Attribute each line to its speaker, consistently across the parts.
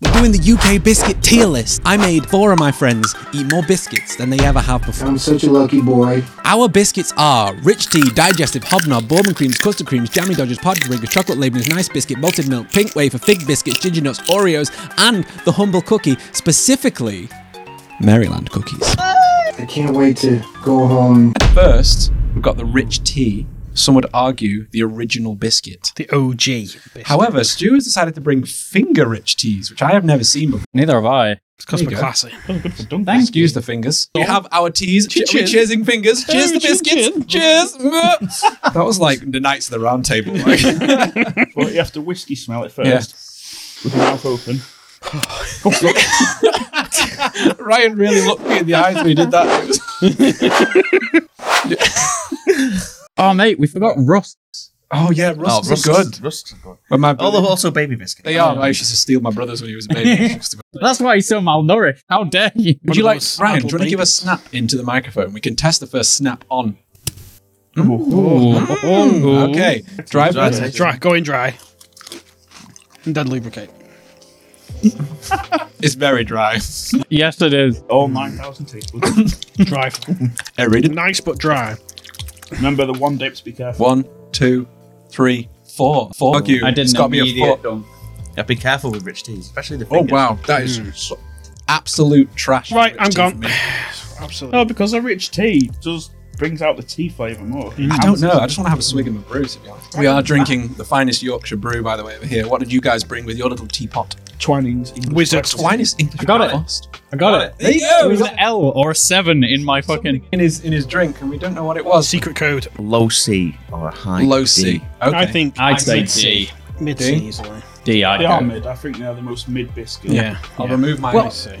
Speaker 1: We're doing the UK biscuit tier list. I made four of my friends eat more biscuits than they ever have before.
Speaker 2: I'm such a lucky boy.
Speaker 1: Our biscuits are rich tea, digestive, hobnob, bourbon creams, custard creams, jammy dodgers, partridge ringers, chocolate labeners, nice biscuit, malted milk, pink wafer, fig biscuits, ginger nuts, Oreos, and the humble cookie, specifically Maryland cookies.
Speaker 2: I can't wait to go home.
Speaker 3: First, we've got the rich tea. Some would argue the original biscuit.
Speaker 4: The OG.
Speaker 3: However, Stu has decided to bring finger rich teas, which I have never seen before.
Speaker 5: Neither have I.
Speaker 4: It's because
Speaker 3: There
Speaker 4: we're
Speaker 3: you go.
Speaker 4: classy.
Speaker 3: Excuse the fingers. We have our teas. Che-
Speaker 5: Chin-chin.
Speaker 3: we're cheersing fingers. Cheers the biscuits. Cheers. that was like the Knights of the Round Table. Like.
Speaker 6: Well, you have to whiskey smell it first. With your mouth open.
Speaker 3: Ryan really looked me in the eyes when he did that. It was-
Speaker 5: Oh, mate, we forgot Rust.
Speaker 3: oh, yeah, rusks,
Speaker 7: rusks-
Speaker 3: are good.
Speaker 7: Rusks are good.
Speaker 3: When my brother-
Speaker 7: Although also baby biscuit.
Speaker 3: they are. I used to steal my brother's when he was a baby.
Speaker 5: That's why he's so malnourished. How dare you?
Speaker 3: Would you
Speaker 4: of
Speaker 3: like,
Speaker 4: those
Speaker 3: Ryan, do
Speaker 4: apple
Speaker 3: you want to give a
Speaker 4: babies.
Speaker 3: snap into the microphone? We can test the first snap on. Okay, dry
Speaker 7: Dry
Speaker 3: breath.
Speaker 7: taste.
Speaker 4: Dry. Go in dry. And then lubricate.
Speaker 3: It's very dry.
Speaker 5: Yes, it is.
Speaker 6: All 9,000 tablespoons.
Speaker 4: Dry.
Speaker 3: I read it.
Speaker 4: nice but dry.
Speaker 6: Remember the one dips, be careful.
Speaker 3: One, two, three, four. Four. Fuck you.
Speaker 5: I didn't
Speaker 3: It's got me a
Speaker 5: immediate
Speaker 3: four.
Speaker 7: Yeah, be careful with rich teas, especially the
Speaker 3: Oh
Speaker 7: fingers.
Speaker 3: wow, that is so- absolute trash.
Speaker 4: Right,
Speaker 3: Rich
Speaker 4: I'm
Speaker 3: tea
Speaker 4: gone. Oh,
Speaker 3: for me.
Speaker 4: Absolutely.
Speaker 6: No, because a rich tea does brings out the tea flavour more.
Speaker 4: Mm.
Speaker 3: I don't know. I just want to have a swig of my brew. To be honest, we are drinking the finest Yorkshire brew, by the way, over here. What did you guys bring with your little teapot?
Speaker 6: Twinings. English
Speaker 4: Wizard.
Speaker 6: breakfast.
Speaker 3: Finest English.
Speaker 5: I got it.
Speaker 3: breakfast.
Speaker 5: I got it.
Speaker 3: There you go.
Speaker 5: There was
Speaker 3: He's
Speaker 5: an L or a seven in my fucking.
Speaker 3: In his in his drink, and we don't know what it was.
Speaker 4: Secret code.
Speaker 7: Low C or a high
Speaker 3: Low
Speaker 7: D.
Speaker 3: C. Okay.
Speaker 4: I think
Speaker 5: I'd say
Speaker 4: mid
Speaker 5: D.
Speaker 4: Mid
Speaker 3: D?
Speaker 4: C easily.
Speaker 5: D. I'd
Speaker 6: They
Speaker 5: go.
Speaker 6: are mid. I think they're the most mid biscuit.
Speaker 4: Yeah.
Speaker 3: I'll remove my
Speaker 5: Well,
Speaker 3: soggy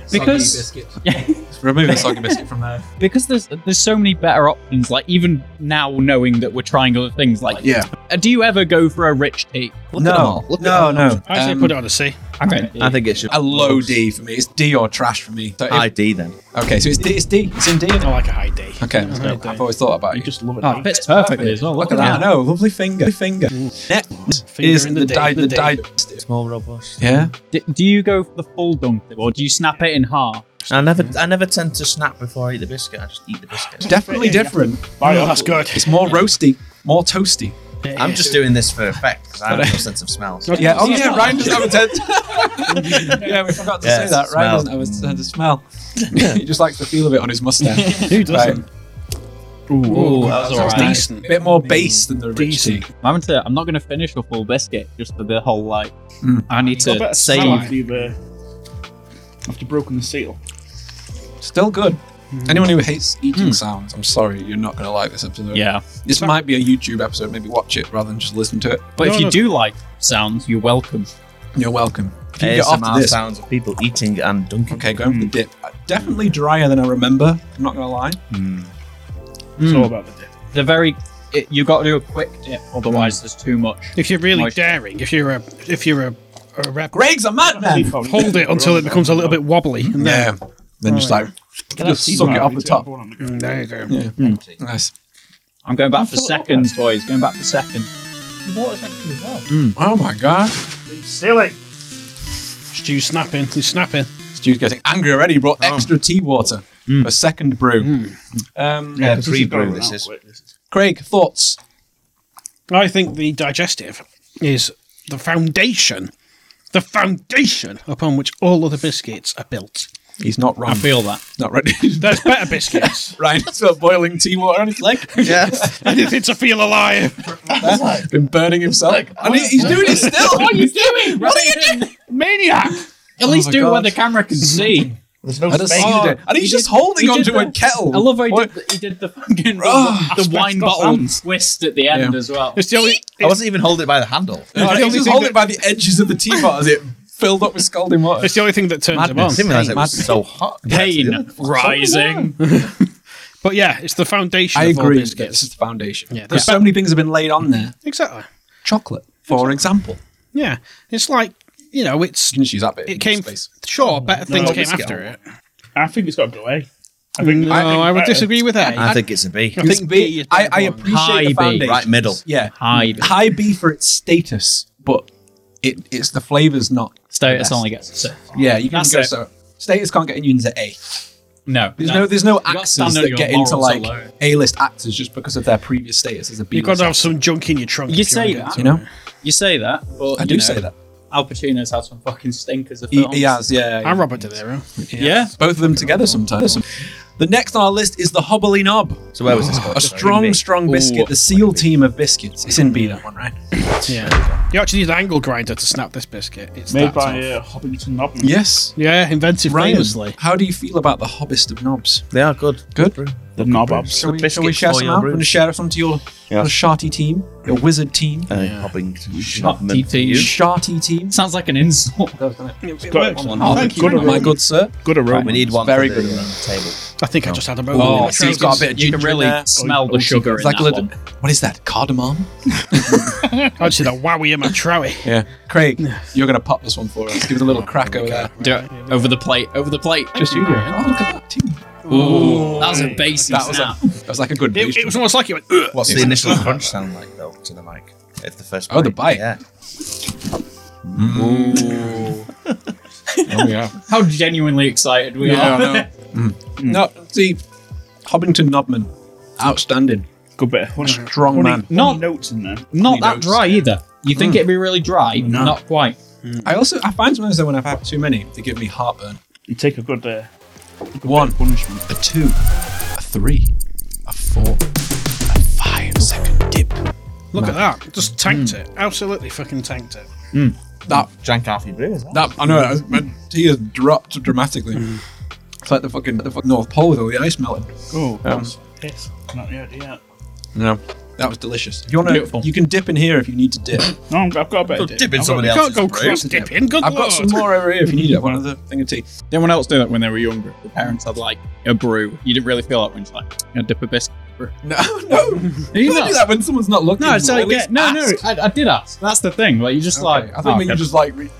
Speaker 5: because-
Speaker 3: biscuit.
Speaker 5: Yeah.
Speaker 3: remove the soggy biscuit from there.
Speaker 5: because there's there's so many better options. Like even now, knowing that we're trying other things. Like,
Speaker 3: Yeah.
Speaker 5: uh, do you ever go for a rich tea?
Speaker 7: Look at them all. Look
Speaker 3: no,
Speaker 7: at them all.
Speaker 3: no.
Speaker 4: I say
Speaker 3: Um,
Speaker 4: put it on a C.
Speaker 5: Okay.
Speaker 7: I think it should
Speaker 3: a low D for me. It's D or trash for me. So if-
Speaker 7: High D then.
Speaker 3: okay, so it's D. It's D. It's in D.
Speaker 4: I like a high D.
Speaker 3: Okay, I've always thought about
Speaker 6: You
Speaker 3: you.
Speaker 6: just love it.
Speaker 5: Oh, it fits perfectly as well.
Speaker 3: Look at that. No, lovely finger. Finger. Next
Speaker 4: Finger
Speaker 3: is
Speaker 4: in
Speaker 3: the,
Speaker 4: the day,
Speaker 3: di-
Speaker 4: in
Speaker 3: the,
Speaker 4: the day.
Speaker 3: digestive.
Speaker 7: Small robust.
Speaker 3: Yeah.
Speaker 5: D- do you go for the full dunk or do you snap it in half?
Speaker 7: I never, I never tend to snap before I eat the biscuit. I just eat the biscuit.
Speaker 3: Definitely
Speaker 6: yeah.
Speaker 3: different.
Speaker 4: Oh, that's good.
Speaker 3: It's more roasty, more toasty.
Speaker 7: I'm just doing this for effect because I have no sense of smell. So
Speaker 3: Yeah. Oh yeah. Ryan doesn't have a tent. yeah, we forgot to
Speaker 7: Yeah,
Speaker 3: say that.
Speaker 7: smell.
Speaker 3: Ryan doesn't have a sense of smell. he just likes the feel of it on his mustache.
Speaker 4: Who
Speaker 3: right.
Speaker 4: doesn't?
Speaker 5: Ooh, that was
Speaker 4: That's
Speaker 5: alright.
Speaker 4: decent.
Speaker 3: bit more base than the rich tea.
Speaker 4: Decent.
Speaker 5: I'm to. I'm not going to finish the full biscuit just for the whole like.
Speaker 3: Mm.
Speaker 5: I need
Speaker 6: Got a
Speaker 5: to
Speaker 6: better smell
Speaker 5: save.
Speaker 6: after you've, uh, after broken the seal.
Speaker 4: Mm.
Speaker 3: Still good. Anyone who hates eating sounds, I'm sorry, you're not going to like this episode.
Speaker 5: Yeah,
Speaker 3: This might be a YouTube episode. Maybe watch it rather than just listen to it.
Speaker 5: but
Speaker 4: No,
Speaker 5: if you
Speaker 4: no.
Speaker 5: do like sounds, you're welcome.
Speaker 3: You're welcome. If you get off
Speaker 7: ASMR
Speaker 3: this,
Speaker 7: sounds of people eating and dunking.
Speaker 3: okay, going for
Speaker 5: Hmm.
Speaker 3: the dip. Uh, Definitely drier than I remember. I'm not going to lie.
Speaker 6: It's all about the dip.
Speaker 5: They're very. It, you got to do a quick dip,
Speaker 3: Mm.
Speaker 5: otherwise there's too much.
Speaker 4: If you're really
Speaker 5: Moist.
Speaker 4: daring, if you're a if you're a, a rep,
Speaker 3: Greg's a madman.
Speaker 6: Probably-
Speaker 4: hold it until it becomes a little bit wobbly, and then
Speaker 3: Yeah. Then
Speaker 5: Oh,
Speaker 3: just like just suck it off the top.
Speaker 4: Mm, there you go.
Speaker 7: Mm.
Speaker 3: Nice.
Speaker 5: I'm going back for seconds, boys. Going back for seconds.
Speaker 3: Oh my god.
Speaker 6: Silly.
Speaker 4: Stew snapping, he's snapping.
Speaker 3: Stu's getting angry already. He
Speaker 5: Oh.
Speaker 3: brought extra tea water.
Speaker 5: Hmm.
Speaker 3: A second brew. Um,
Speaker 7: Yeah, pre-brew this is.
Speaker 3: Craig, thoughts?
Speaker 4: I think the digestive is the foundation, the foundation upon which all other biscuits are built.
Speaker 3: He's not wrong.
Speaker 5: I feel that.
Speaker 3: not ready.
Speaker 4: There's better biscuits.
Speaker 3: Ryan's got boiling tea water on his leg.
Speaker 7: Yeah.
Speaker 4: Anything to feel alive.
Speaker 3: Been burning himself. and
Speaker 5: oh
Speaker 3: he, he's doing it still.
Speaker 5: What are you doing? What are you doing?
Speaker 4: Maniac!
Speaker 5: At least
Speaker 3: my
Speaker 5: do it where
Speaker 3: God.
Speaker 5: the camera can see. Oh,
Speaker 7: There's no
Speaker 3: I just
Speaker 7: space.
Speaker 3: seen it. Oh, And he's just holding
Speaker 5: he did
Speaker 3: onto a
Speaker 5: the-
Speaker 3: kettle.
Speaker 5: I love how he
Speaker 3: What-
Speaker 5: did, the, he did the fucking
Speaker 3: Oh,
Speaker 5: the, the wine
Speaker 4: asbestos
Speaker 5: bottle
Speaker 4: hands.
Speaker 5: twist at the end
Speaker 3: Yeah.
Speaker 5: as well.
Speaker 4: It's the only.
Speaker 7: I
Speaker 4: It's,
Speaker 7: wasn't even holding it by the handle.
Speaker 3: Oh,
Speaker 4: It's the
Speaker 3: he
Speaker 4: only
Speaker 3: just
Speaker 4: thing
Speaker 3: hold
Speaker 4: that-
Speaker 3: it by the edges of the teapot as it filled up with scalding water.
Speaker 4: it's the only thing that turns
Speaker 7: I didn't
Speaker 4: him on.
Speaker 7: realize it was so hot.
Speaker 5: Pain rising.
Speaker 4: But yeah, it's the foundation.
Speaker 3: I
Speaker 4: of all
Speaker 3: agree. that This
Speaker 4: biscuits.
Speaker 3: is the foundation.
Speaker 4: Yeah,
Speaker 3: There's so many things have been laid on there.
Speaker 4: Exactly.
Speaker 3: Chocolate, for example.
Speaker 4: Yeah, it's like you know, it's
Speaker 3: You can just use that bit.
Speaker 4: it
Speaker 3: in
Speaker 4: came.
Speaker 3: space.
Speaker 4: Sure, better things came
Speaker 6: biscuit.
Speaker 4: after it.
Speaker 6: I think it's got to go A. I think.
Speaker 4: Mm. No,
Speaker 6: I think
Speaker 4: I, would
Speaker 6: better.
Speaker 4: disagree with that.
Speaker 7: I think it's a B.
Speaker 4: I think B
Speaker 3: B,
Speaker 4: is
Speaker 3: I,
Speaker 4: the
Speaker 3: I
Speaker 4: one.
Speaker 3: appreciate
Speaker 5: High
Speaker 3: the
Speaker 5: B.
Speaker 3: foundation.
Speaker 7: Right middle.
Speaker 3: Yeah.
Speaker 5: High B.
Speaker 3: High B for its status, but it, it's the flavor's not.
Speaker 5: Status
Speaker 3: Yes.
Speaker 5: only gets a six.
Speaker 3: Yeah, you can
Speaker 5: That's
Speaker 3: go
Speaker 5: it.
Speaker 3: so. Status can't get unions at A.
Speaker 5: No,
Speaker 3: There's no, there's no
Speaker 5: gotta
Speaker 3: actors
Speaker 5: stand on
Speaker 3: that
Speaker 5: your
Speaker 3: get into
Speaker 5: morals
Speaker 3: like
Speaker 5: alone.
Speaker 3: A list actors just because of their previous status as a B.
Speaker 4: You've got to have some junk in your trunk.
Speaker 5: You
Speaker 4: if you wanna
Speaker 5: say
Speaker 4: get
Speaker 5: that.
Speaker 4: to
Speaker 3: You know,
Speaker 5: you say that, but
Speaker 3: I
Speaker 5: you
Speaker 3: do
Speaker 5: know,
Speaker 3: say that.
Speaker 5: Al Pacino's had some fucking stinkers of
Speaker 3: He,
Speaker 5: films.
Speaker 3: he has, yeah.
Speaker 4: it. And Robert De Niro.
Speaker 5: Yeah.
Speaker 3: Both of them together sometimes. The next on our list is the Hobbly Knob.
Speaker 7: So where was this?
Speaker 3: A strong, strong biscuit. The SEAL team of biscuits. It's in B, that one, right?
Speaker 4: Yeah. You actually need an angle grinder to snap this biscuit. It's
Speaker 6: Made
Speaker 4: that
Speaker 6: by
Speaker 4: tough.
Speaker 6: uh, Hobbington Knob.
Speaker 3: Yes.
Speaker 4: Yeah, invented
Speaker 3: Ryan,
Speaker 4: famously.
Speaker 3: how do you feel about the hobbist of knobs?
Speaker 7: They are good.
Speaker 3: Good.
Speaker 7: brew.
Speaker 6: The Knobobs.
Speaker 3: Shall we, shall we
Speaker 7: biscuits
Speaker 3: share
Speaker 7: for
Speaker 3: some
Speaker 7: your
Speaker 3: out?
Speaker 7: brews.
Speaker 3: Want to share some to your,
Speaker 6: Yeah.
Speaker 3: your sharty team? Your wizard team?
Speaker 7: Uh, Hobbington.
Speaker 5: Shotty to you.
Speaker 3: Sharty team?
Speaker 5: Sounds like an insult.
Speaker 6: Got
Speaker 4: Oh, thank you
Speaker 6: good
Speaker 4: very
Speaker 6: aroma.
Speaker 3: My
Speaker 4: much.
Speaker 3: good sir.
Speaker 6: Good aroma.
Speaker 7: We need one
Speaker 3: Very
Speaker 7: very for the
Speaker 3: good.
Speaker 7: table.
Speaker 4: I think I just had a moment. in
Speaker 3: Oh,
Speaker 4: my
Speaker 3: so he's
Speaker 4: trousers.
Speaker 3: got a bit of
Speaker 5: You
Speaker 3: ginger in
Speaker 5: can really
Speaker 3: there. Oh,
Speaker 5: smell the sugar in
Speaker 3: It's like
Speaker 5: that
Speaker 3: a little,
Speaker 5: one.
Speaker 3: what is that? Cardamom?
Speaker 4: Actually, that wowie in my trowie.
Speaker 3: Yeah. Craig, you're going to pop this one for us. Give it a little crack over there.
Speaker 5: Do it. Over the plate. Over the plate.
Speaker 3: Just you. Graham. Oh, look at that team.
Speaker 5: Ooh, that was a bassy
Speaker 3: That was,
Speaker 5: snap.
Speaker 3: a, that was like a good
Speaker 4: It,
Speaker 3: boost.
Speaker 4: it was almost like it went. Ugh.
Speaker 7: What's the initial crunch sound like though to the mic? If the first.
Speaker 3: Oh, the bite.
Speaker 7: Yeah.
Speaker 3: oh, yeah.
Speaker 5: How genuinely excited we
Speaker 3: Yeah,
Speaker 5: are.
Speaker 3: Mm. No, see, Hobbington Nobman, outstanding,
Speaker 6: Good bit of honey.
Speaker 3: strong
Speaker 6: honey,
Speaker 3: man.
Speaker 5: Not-
Speaker 6: honey notes in there. Mm.
Speaker 5: Not that
Speaker 3: notes.
Speaker 5: dry either. You
Speaker 3: Hmm.
Speaker 5: think it'd be really dry? Not quite.
Speaker 3: I also I find sometimes that when I've had too many, they give me heartburn.
Speaker 6: You take a good uh,
Speaker 3: One,
Speaker 6: punishment.
Speaker 3: a two, a three, a four, a five second dip.
Speaker 4: Look at that. Just tanked it. Absolutely fucking tanked it.
Speaker 3: That
Speaker 7: Drank half your brew.
Speaker 3: that I know that- my tea has dropped dramatically.
Speaker 5: Mm.
Speaker 3: It's like the fucking the fucking North Pole with all the ice melting.
Speaker 6: Oh,
Speaker 3: Um,
Speaker 6: that's piss. Not yet, yeah.
Speaker 3: No, that was delicious. If you want
Speaker 5: Beautiful.
Speaker 3: to, you can dip in here if you need to dip.
Speaker 6: No, I've got a bit of dip.
Speaker 7: Dipping somebody
Speaker 4: You
Speaker 7: else's
Speaker 4: can't go
Speaker 7: brew.
Speaker 4: cross dipping. Good
Speaker 3: I've
Speaker 4: lord.
Speaker 3: got some more over here if you need it. One other thing of tea.
Speaker 5: Did anyone else do that when they were younger? The parents had like a brew. You didn't really feel that when you like you know, dip a biscuit. in a brew.
Speaker 3: No, no, you
Speaker 5: nuts?
Speaker 3: can't do that when someone's not looking.
Speaker 5: No, it's
Speaker 3: At
Speaker 5: like
Speaker 3: least
Speaker 5: yeah, no, no.
Speaker 3: ask.
Speaker 5: I, I did ask. That's the thing. Like you just
Speaker 3: Okay,
Speaker 5: like
Speaker 3: I think
Speaker 5: oh,
Speaker 3: we
Speaker 5: okay.
Speaker 3: can just like re-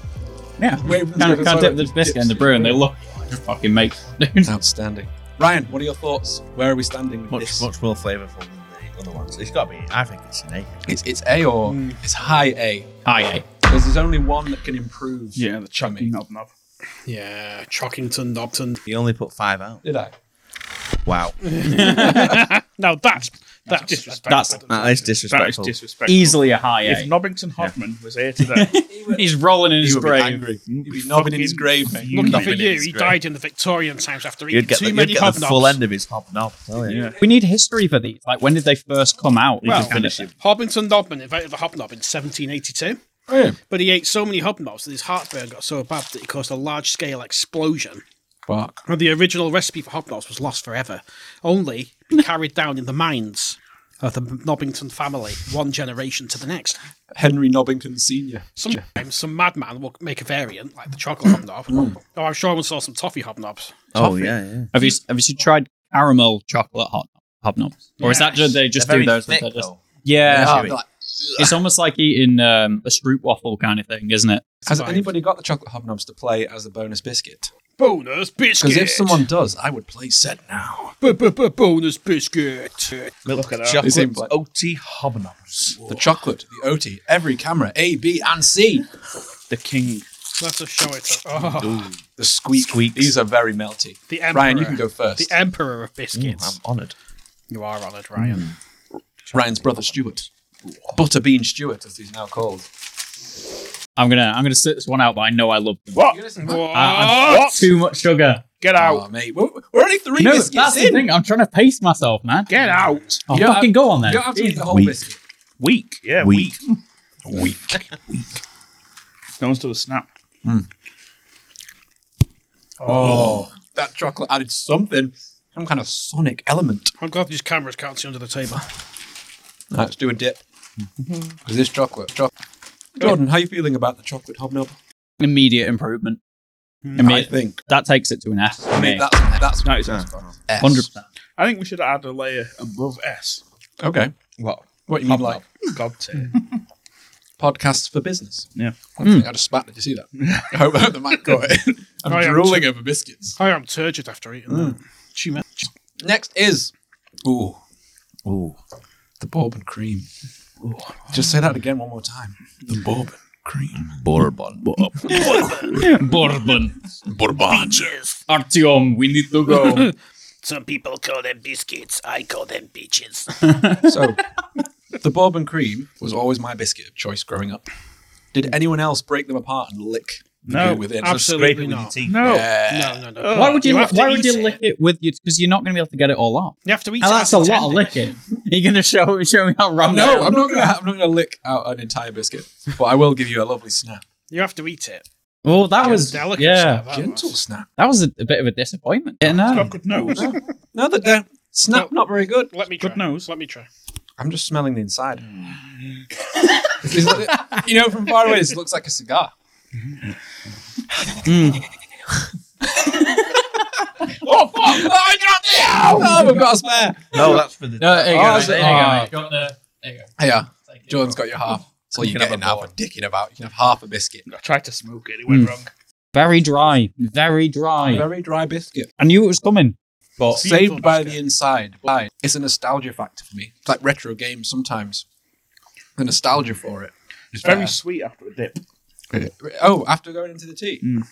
Speaker 5: yeah.
Speaker 3: wait.
Speaker 5: Can't, can't dip the biscuit in the brew, and they look just fucking make.
Speaker 3: Outstanding. Ryan, what are your thoughts? Where are we standing with
Speaker 7: Much
Speaker 3: this?
Speaker 7: much more flavourful than the other ones. It's got to be. I think it's an eight.
Speaker 3: It's, it's A or it's high A
Speaker 5: Hi, eh?
Speaker 3: because there's only one that can improve.
Speaker 6: Yeah, the
Speaker 3: chummy.
Speaker 6: chunky knob knob.
Speaker 4: Yeah, Chockington, Dobton.
Speaker 7: You only put five out.
Speaker 3: Did I?
Speaker 7: Wow.
Speaker 4: Now that's that's disrespectful.
Speaker 5: That's
Speaker 7: That is
Speaker 6: That is
Speaker 7: disrespectful.
Speaker 6: disrespectful.
Speaker 5: easily a high
Speaker 6: If
Speaker 5: A.
Speaker 6: Nobbington Hodgman was here today,
Speaker 5: He's rolling in his
Speaker 3: would be
Speaker 5: grave.
Speaker 3: angry. He'd be nobbing in his grave, mate.
Speaker 6: you
Speaker 4: Lucky
Speaker 6: knob
Speaker 4: for
Speaker 6: it.
Speaker 4: you,
Speaker 7: is
Speaker 4: he
Speaker 7: great.
Speaker 4: died in the Victorian times after eating
Speaker 7: You'd get,
Speaker 4: too
Speaker 7: the, you'd
Speaker 4: many
Speaker 7: get the full
Speaker 4: hobnobs.
Speaker 7: end of his hobnob. tell you.
Speaker 6: Yeah.
Speaker 5: We need history for these. Like when did they first come out?
Speaker 6: Well,
Speaker 5: You can finish it.
Speaker 4: Hobbiton Nobman invented the hobnob in 1782,
Speaker 3: Oh, yeah.
Speaker 4: but he ate so many hobnobs that his heartburn got so bad that it caused a large-scale explosion.
Speaker 3: Fuck.
Speaker 4: And the original recipe for hobnobs was lost forever, only been carried down in the minds of the Nobbington family, one generation to the next.
Speaker 3: Henry Nobbington Senior.
Speaker 4: Sometimes some madman will make a variant, like the chocolate hobnob.
Speaker 3: Hmm.
Speaker 4: Oh, I'm sure I once saw some toffee hobnobs.
Speaker 7: Oh yeah, yeah.
Speaker 5: Have you have you tried caramel chocolate hot hobnobs? Or is that
Speaker 4: Yes.
Speaker 5: just they just
Speaker 7: They're
Speaker 5: do
Speaker 7: very
Speaker 5: those?
Speaker 7: thick,
Speaker 5: that they're just-
Speaker 7: though.
Speaker 5: yeah,
Speaker 7: Chewy.
Speaker 5: it's almost like eating um, a stroop waffle kind of thing, isn't it?
Speaker 3: Has
Speaker 4: Survived.
Speaker 3: anybody got the chocolate hobnobs to play as a bonus biscuit?
Speaker 4: Bonus biscuit.
Speaker 3: Because if someone does, I would play set now.
Speaker 4: bonus biscuit.
Speaker 7: Milk
Speaker 6: at that.
Speaker 3: It's in
Speaker 7: chocolate
Speaker 3: black.
Speaker 7: OT hobnobs.
Speaker 3: The chocolate, the OT, every camera, A, B, and C.
Speaker 6: the king.
Speaker 4: Let's just show it. Oh,
Speaker 3: The squeak.
Speaker 7: Squeaks.
Speaker 3: These are very melty.
Speaker 4: the emperor.
Speaker 3: Ryan, you can go first.
Speaker 4: The emperor of
Speaker 7: I'm
Speaker 3: Mm.
Speaker 4: biscuits.
Speaker 7: honoured.
Speaker 4: you are honoured, Ryan.
Speaker 3: Ryan's brother Stuart. Butterbean Stewart, as he's now called.
Speaker 5: I'm gonna I'm gonna sit this one out, but I know I love them.
Speaker 6: What?
Speaker 3: Mm.
Speaker 4: Oh, What?
Speaker 5: I- I've got too much sugar.
Speaker 6: Get
Speaker 3: Oh,
Speaker 6: out.
Speaker 3: mate, we're, we're only three
Speaker 5: No,
Speaker 3: biscuits
Speaker 5: that's the
Speaker 3: in.
Speaker 5: thing. I'm trying to pace myself, man.
Speaker 6: Get out.
Speaker 5: Oh,
Speaker 3: don't
Speaker 5: fucking go on
Speaker 3: You
Speaker 5: then.
Speaker 3: don't have to eat the whole
Speaker 7: Weak.
Speaker 3: biscuit.
Speaker 6: Weak. Yeah, weak.
Speaker 7: Weak.
Speaker 6: No one's to a snap.
Speaker 3: Oh, that chocolate added something, some kind of sonic element.
Speaker 4: I'm glad these cameras can't see under the table.
Speaker 3: Let's do a dip.
Speaker 5: Mm-hmm.
Speaker 3: Because this chocolate, choc- Jordan, how you feeling about the chocolate hobnob?
Speaker 5: Immediate improvement.
Speaker 3: I
Speaker 5: Immediate.
Speaker 3: think.
Speaker 5: That takes it to an F.
Speaker 3: I
Speaker 5: for
Speaker 3: mean,
Speaker 5: me.
Speaker 3: that's that's
Speaker 6: No, it's
Speaker 3: S.
Speaker 5: Hundred percent.
Speaker 6: I think we should add a layer above S.
Speaker 3: Okay.
Speaker 7: What?
Speaker 3: What you mean, like
Speaker 6: God tier.
Speaker 3: podcasts for business?
Speaker 6: Yeah.
Speaker 5: Hmm.
Speaker 3: I just spat. Did you see that? I hope, I hope the mic caught it. I'm
Speaker 4: I am
Speaker 3: drooling over biscuits.
Speaker 4: I am turgid after eating that. Too much.
Speaker 3: Next is ooh
Speaker 7: Ooh.
Speaker 3: the bourbon cream. Just say that again one more time. The bourbon cream.
Speaker 5: Bourbon. Bourbon. Bourbon. Artyom, we need to go.
Speaker 4: Some people call them biscuits. I call them bitches.
Speaker 3: So, the bourbon cream was always my biscuit of choice growing up. Did anyone else break them apart and lick? the
Speaker 4: No,
Speaker 3: goo with it? So scrape
Speaker 4: absolutely
Speaker 3: it with your
Speaker 4: not.
Speaker 3: teeth.
Speaker 4: No,
Speaker 3: Yeah.
Speaker 4: no, no, no.
Speaker 5: why would you,
Speaker 4: have to
Speaker 5: why would
Speaker 4: eat
Speaker 5: you
Speaker 4: it.
Speaker 5: lick it with you? Because you're not going to be able to get it all off.
Speaker 4: You have to eat.
Speaker 5: And
Speaker 4: it
Speaker 5: that's
Speaker 4: as
Speaker 5: a lot of
Speaker 4: intended.
Speaker 5: licking. Are you going to show, show me how wrong
Speaker 3: No, I'm not gonna. I'm not gonna lick out an entire biscuit, but I will give you a lovely snap,
Speaker 4: You have to eat it.
Speaker 5: Well, that
Speaker 4: It
Speaker 5: was,
Speaker 4: delicate.
Speaker 5: yeah,
Speaker 4: stuff, that
Speaker 3: gentle
Speaker 4: was.
Speaker 3: snap.
Speaker 5: that was a, a bit of a disappointment. Yeah,
Speaker 6: Got
Speaker 5: no.
Speaker 6: good nose.
Speaker 3: No, that uh, snap not very good.
Speaker 4: Let me try.
Speaker 6: Good nose.
Speaker 4: Let me try.
Speaker 3: I'm just smelling the inside.
Speaker 5: Mm.
Speaker 3: It's like- you know, from far away, this looks like a cigar.
Speaker 5: Mm.
Speaker 3: oh, fuck! Oh, I dropped it! Oh, we've got a spare.
Speaker 7: No, that's for the.
Speaker 5: No, there you go.
Speaker 3: Oh,
Speaker 5: mate.
Speaker 3: so-
Speaker 5: there you go.
Speaker 3: oh.
Speaker 5: mate. Got the- there you go.
Speaker 3: Yeah,
Speaker 5: Thank you.
Speaker 3: Jordan's got your half. So you
Speaker 7: You can
Speaker 3: get
Speaker 7: have a
Speaker 3: now for
Speaker 7: bowl.
Speaker 3: dicking about. You can have half a biscuit.
Speaker 6: I tried to smoke it. It went
Speaker 5: Mm.
Speaker 6: wrong.
Speaker 5: Very dry. Very dry.
Speaker 3: Very dry biscuit.
Speaker 5: I knew it was coming. But
Speaker 3: Saved by the inside. Why? It's a nostalgia factor for me. It's like retro games sometimes. The nostalgia for it.
Speaker 6: It's very sweet after a dip.
Speaker 3: Oh, after going into the tea.
Speaker 6: Mm.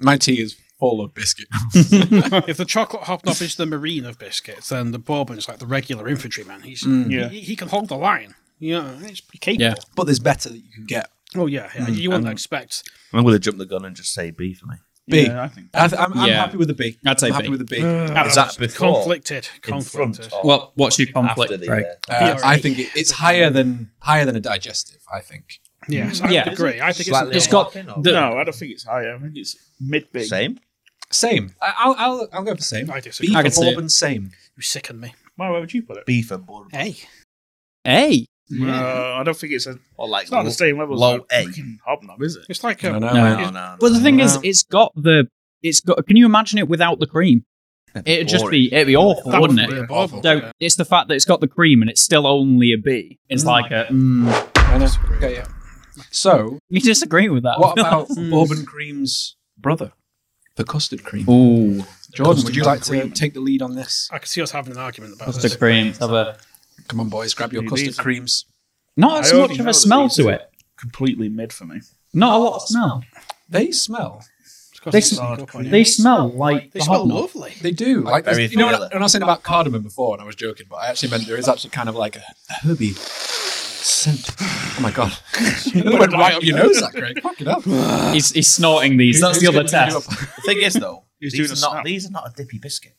Speaker 3: My tea is full of biscuit.
Speaker 4: if the chocolate hobnob is the marine of biscuits, then the bourbon's like the regular infantryman. He's
Speaker 5: Hmm.
Speaker 6: Yeah.
Speaker 4: he, he can hold the line. Yeah, he's capable.
Speaker 5: Yeah.
Speaker 3: But there's better that you can get.
Speaker 4: Oh yeah,
Speaker 5: Hmm.
Speaker 4: yeah. you wouldn't expect.
Speaker 7: I'm going to jump the gun and just say B for me.
Speaker 3: B.
Speaker 6: Yeah, I think.
Speaker 3: I th- I'm, I'm
Speaker 5: Yeah.
Speaker 3: happy with the B.
Speaker 5: I'd say
Speaker 3: I'm happy
Speaker 5: B.
Speaker 3: with the B.
Speaker 7: Is that before?
Speaker 4: conflicted?
Speaker 7: In front
Speaker 4: Conflicted.
Speaker 7: of-
Speaker 5: Well, what's your conflict?
Speaker 7: after the,
Speaker 5: Right.
Speaker 7: uh,
Speaker 3: Uh,
Speaker 4: B or
Speaker 3: I
Speaker 4: A.
Speaker 3: think it, it's higher than higher than a digestive. I think.
Speaker 4: Yes, I
Speaker 5: Yeah.
Speaker 4: would agree. I think
Speaker 7: slightly
Speaker 4: it's,
Speaker 5: it's got
Speaker 7: overlapping or-
Speaker 5: the-
Speaker 6: No, I don't think it's higher. I think it's mid big.
Speaker 7: same.
Speaker 3: Same. I, I'll, I'll I'll go for same.
Speaker 4: I disagree.
Speaker 3: B
Speaker 5: I
Speaker 3: for
Speaker 5: can see it.
Speaker 3: Bourbon. Same.
Speaker 4: You sicken me.
Speaker 6: Why, where would you put it?
Speaker 7: B for bourbon.
Speaker 4: Hey,
Speaker 5: Hey.
Speaker 6: No, Uh, I don't think it's a.
Speaker 7: Or like
Speaker 6: It's not the same level.
Speaker 7: low
Speaker 6: as
Speaker 7: A.
Speaker 6: freaking Hobnob, is it?
Speaker 4: it's like uh, a,
Speaker 3: know.
Speaker 5: No.
Speaker 3: man.
Speaker 7: No, no.
Speaker 5: Well, the thing
Speaker 3: Wow.
Speaker 7: Uh,
Speaker 5: is, it's got the. It's got. Can you imagine it without the cream? It'd just be. It'd be awful,
Speaker 4: That
Speaker 5: wouldn't
Speaker 4: would
Speaker 5: it?
Speaker 4: be awful.
Speaker 5: So it's the fact that it's got the cream and it's still only a B. It's like a. Mm,
Speaker 3: I know. Okay, yeah. So,
Speaker 5: you disagree with that?
Speaker 3: what about
Speaker 5: Hmm.
Speaker 3: Bourbon Cream's brother, the custard cream?
Speaker 5: Ooh,
Speaker 3: Jordan, would you like to take the lead on this?
Speaker 4: I could see us having an argument about
Speaker 5: custard
Speaker 4: this.
Speaker 5: cream? Have a
Speaker 3: Come on, boys, grab your
Speaker 6: It
Speaker 3: custard
Speaker 6: is.
Speaker 3: creams.
Speaker 5: not
Speaker 6: I
Speaker 5: as
Speaker 6: already
Speaker 5: much of
Speaker 6: know
Speaker 5: a
Speaker 6: that
Speaker 5: smell
Speaker 6: these
Speaker 5: to
Speaker 6: are-
Speaker 5: it.
Speaker 6: Completely mid for me.
Speaker 5: Not a lot of smell.
Speaker 3: They smell.
Speaker 4: It's got
Speaker 5: They
Speaker 4: some
Speaker 6: smell-
Speaker 4: cocoa in it.
Speaker 5: They smell like
Speaker 4: They
Speaker 5: the
Speaker 4: smell
Speaker 5: hobnob.
Speaker 4: lovely.
Speaker 3: They do. Like,
Speaker 7: very
Speaker 3: you know, when I,
Speaker 7: vanilla.
Speaker 3: when I was saying about cardamom before, and I was joking, but I actually meant there is actually kind of like a, a herby scent. Oh my god! it went right up your nose, that Greg. Fuck it up.
Speaker 5: He's, he's snorting these. That's the other test.
Speaker 7: The thing is, though,
Speaker 6: He's
Speaker 7: these,
Speaker 6: doing a
Speaker 7: are not,
Speaker 6: snap.
Speaker 7: these are not a dippy biscuit.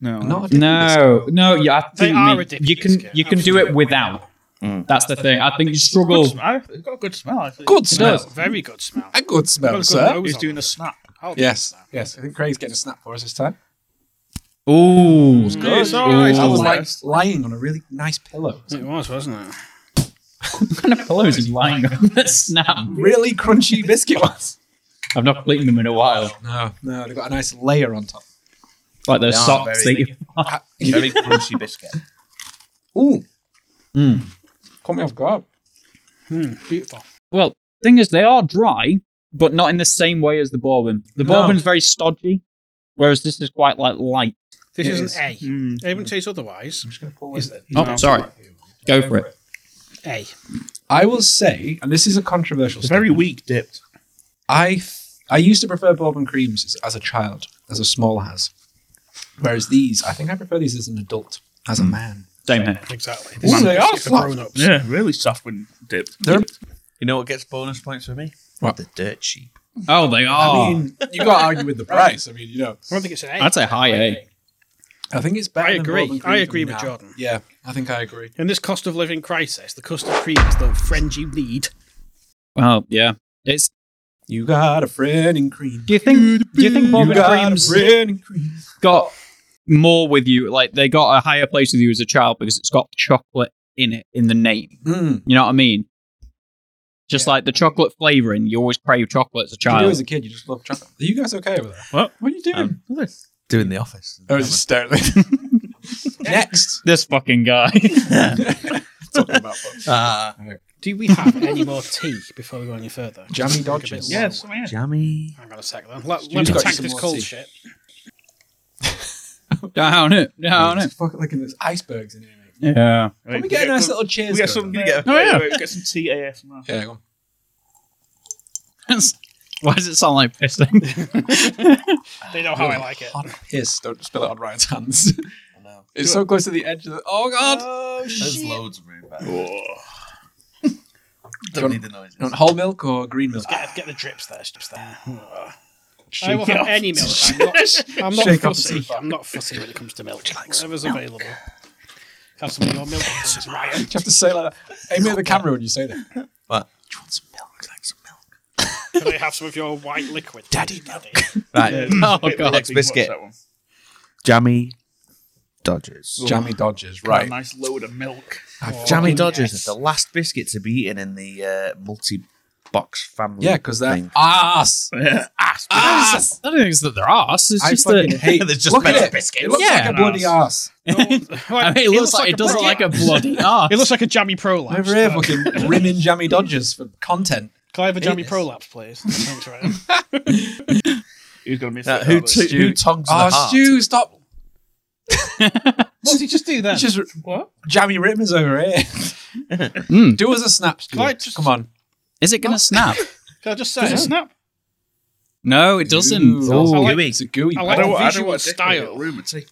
Speaker 6: No.
Speaker 3: Not a
Speaker 5: No, no. Yeah, I
Speaker 4: They
Speaker 5: think
Speaker 4: are
Speaker 5: me-
Speaker 4: a dippy
Speaker 5: you can
Speaker 4: biscuit,
Speaker 5: you can do it without. That's the thing. I think you struggle.
Speaker 6: Good, sm- I- it's got a good smell. I think.
Speaker 3: good
Speaker 4: Smell.
Speaker 3: smell.
Speaker 4: Very good smell.
Speaker 3: A good smell,
Speaker 4: Got a good
Speaker 3: sir.
Speaker 4: nose
Speaker 6: He's
Speaker 4: on
Speaker 6: doing
Speaker 4: it.
Speaker 6: a snap.
Speaker 4: I'll do
Speaker 3: Yes,
Speaker 4: that.
Speaker 3: yes. I think Craig's getting a snap for us this time.
Speaker 5: Ooh,
Speaker 6: Good.
Speaker 4: It's all right.
Speaker 3: I was
Speaker 5: Ooh.
Speaker 3: like lying on a really nice pillow.
Speaker 4: It was, wasn't it?
Speaker 5: kind of pillows is lying on that snap?
Speaker 3: Really crunchy biscuit ones.
Speaker 5: I've not cleaned them in a while.
Speaker 3: No, no, they've got a nice layer on top. Ah,
Speaker 5: Like those
Speaker 7: They are
Speaker 5: socks
Speaker 7: very
Speaker 5: that you.
Speaker 7: Very crunchy biscuit.
Speaker 3: Ooh,
Speaker 5: Mm.
Speaker 3: caught me off guard.
Speaker 4: Hmm, beautiful.
Speaker 5: Well, thing is, they are dry, but not in the same way as the bourbon. The
Speaker 3: No.
Speaker 5: bourbon's very stodgy, whereas this is quite like light.
Speaker 4: This
Speaker 3: It
Speaker 4: is
Speaker 3: is.
Speaker 4: an A.
Speaker 6: Mm.
Speaker 4: Everyone tastes otherwise. Is it?
Speaker 5: Oh, sorry. Go for it.
Speaker 4: A.
Speaker 3: I will say, and this is a controversial.
Speaker 6: It's very weak dipped.
Speaker 3: I f- I used to prefer bourbon creams as, as a child, as a small has. Whereas these, I think I prefer these as an adult, as a man.
Speaker 5: Same here.
Speaker 4: Exactly.
Speaker 3: Ooh,
Speaker 4: is
Speaker 3: they are
Speaker 4: for
Speaker 3: flat.
Speaker 4: grown-ups.
Speaker 6: Yeah, really soft when dipped.
Speaker 3: They're,
Speaker 7: You know what gets bonus points for me?
Speaker 3: What?
Speaker 7: The dirt sheet.
Speaker 5: Oh, they are.
Speaker 3: I mean, you got to argue with the price. I mean, you know,
Speaker 4: I don't think it's an A.
Speaker 5: I'd say high A.
Speaker 3: I think it's better.
Speaker 4: I
Speaker 3: than
Speaker 4: agree.
Speaker 3: bourbon
Speaker 4: I
Speaker 3: cream for
Speaker 4: agree
Speaker 3: me
Speaker 4: with
Speaker 3: now.
Speaker 4: Jordan.
Speaker 3: Yeah, I think I agree.
Speaker 4: In this cost of living crisis, the custard cream is the friend you need.
Speaker 5: Well, yeah. It's.
Speaker 3: You got a friend in cream.
Speaker 5: Do you think? Do you think
Speaker 3: you
Speaker 5: bourbon
Speaker 3: got
Speaker 5: creams
Speaker 3: a friend in cream.
Speaker 5: got more with you? Like they got a higher place with you as a child because it's got chocolate in it in the name.
Speaker 3: Mm.
Speaker 5: You know what I mean? Just like the chocolate flavoring, you always crave chocolate as
Speaker 3: You
Speaker 5: a
Speaker 3: do
Speaker 5: child.
Speaker 3: as a kid, you just love chocolate. Are you guys okay with that?
Speaker 5: What?
Speaker 3: What are you doing?
Speaker 5: Um,
Speaker 7: Doing the office.
Speaker 6: Oh,
Speaker 3: I was just staring. at you. Next,
Speaker 5: this fucking guy.
Speaker 3: talking about books.
Speaker 7: Ah,
Speaker 4: Do we have any more tea before we go any further?
Speaker 3: Jammy
Speaker 4: Just drink a
Speaker 3: Dodgers.
Speaker 4: bit
Speaker 3: Yeah.
Speaker 4: low.
Speaker 6: Yes, yeah.
Speaker 7: jammy.
Speaker 4: Hang on a sec then. Let,
Speaker 3: Stu's
Speaker 4: let me
Speaker 3: got
Speaker 4: tank
Speaker 3: some
Speaker 4: this
Speaker 3: more
Speaker 4: cold
Speaker 3: tea.
Speaker 4: shit.
Speaker 5: down it, down it.
Speaker 3: It's fucking like there's icebergs in here. Mate.
Speaker 5: Yeah.
Speaker 3: Can we get a nice little cheers?
Speaker 6: We uh, got
Speaker 3: going?
Speaker 6: some. We get,
Speaker 5: Oh, yeah.
Speaker 6: we get some tea ASMR.
Speaker 3: Yeah, go on.
Speaker 5: Why does it sound like pissing?
Speaker 4: They know how Oh, I like it.
Speaker 3: Hot piss. Don't spill it on Ryan's hands. It's so close to the edge of the. Oh, God.
Speaker 4: Uh,
Speaker 7: There's loads of room back.
Speaker 6: Oh.
Speaker 7: Don't need the noises.
Speaker 3: You want whole milk or green milk?
Speaker 4: Get, get the drips there. It's just there. I will have any milk. I'm not, I'm not
Speaker 3: Shake off the
Speaker 4: fussy. I'm not fussy when it comes to milk. Whatever's available. Have some of your milk. This Ryan.
Speaker 3: You have to say like that. Aim it at the camera when you say that.
Speaker 7: But
Speaker 4: Can I have some of your white liquid? Daddy milk.
Speaker 6: Uh,
Speaker 7: right,
Speaker 5: oh god.
Speaker 7: next biscuit, jammy Dodgers.
Speaker 3: Jammy Dodgers,
Speaker 6: Right.
Speaker 3: right.
Speaker 6: nice load of milk.
Speaker 7: jammy Dodgers are the last biscuit to be eaten in the uh, multi-box family.
Speaker 3: Yeah, because they're
Speaker 7: thing.
Speaker 3: ass.
Speaker 6: Ah!
Speaker 3: Ass.
Speaker 5: I don't think it's that they're arse. It's
Speaker 3: I
Speaker 5: just
Speaker 3: fucking
Speaker 5: that.
Speaker 3: hate.
Speaker 7: They're just
Speaker 3: Look at
Speaker 7: better
Speaker 3: it.
Speaker 7: biscuits.
Speaker 3: It looks
Speaker 5: Yeah.
Speaker 3: like a bloody ass.
Speaker 5: I mean, it, looks, like, it does look like a bloody arse.
Speaker 4: It looks like a jammy prolapse.
Speaker 3: Over here,
Speaker 4: but-
Speaker 3: fucking rimming Jammy Dodgers for content.
Speaker 4: Can I have a jammy prolapse, please? Thanks, Ryan.
Speaker 6: Who's gonna miss
Speaker 7: Uh,
Speaker 6: that?
Speaker 7: who,
Speaker 6: Albert?
Speaker 7: t- who tongues the
Speaker 3: Ah,
Speaker 7: heart?
Speaker 3: Stu, stop.
Speaker 4: What did he just do then?
Speaker 3: It's just what? Jammy Rimmers over here. Do us a snap, Stu.
Speaker 4: Right, just-
Speaker 3: Come on.
Speaker 5: Is it going to snap?
Speaker 4: Can I just say?
Speaker 6: Does it snap?
Speaker 5: No, it doesn't.
Speaker 3: Ooh.
Speaker 4: I like-
Speaker 3: It's a gooey.
Speaker 4: I
Speaker 3: I
Speaker 4: like
Speaker 6: I don't,
Speaker 4: the
Speaker 6: I don't
Speaker 4: visual
Speaker 6: want style.
Speaker 4: style.
Speaker 6: Room, see.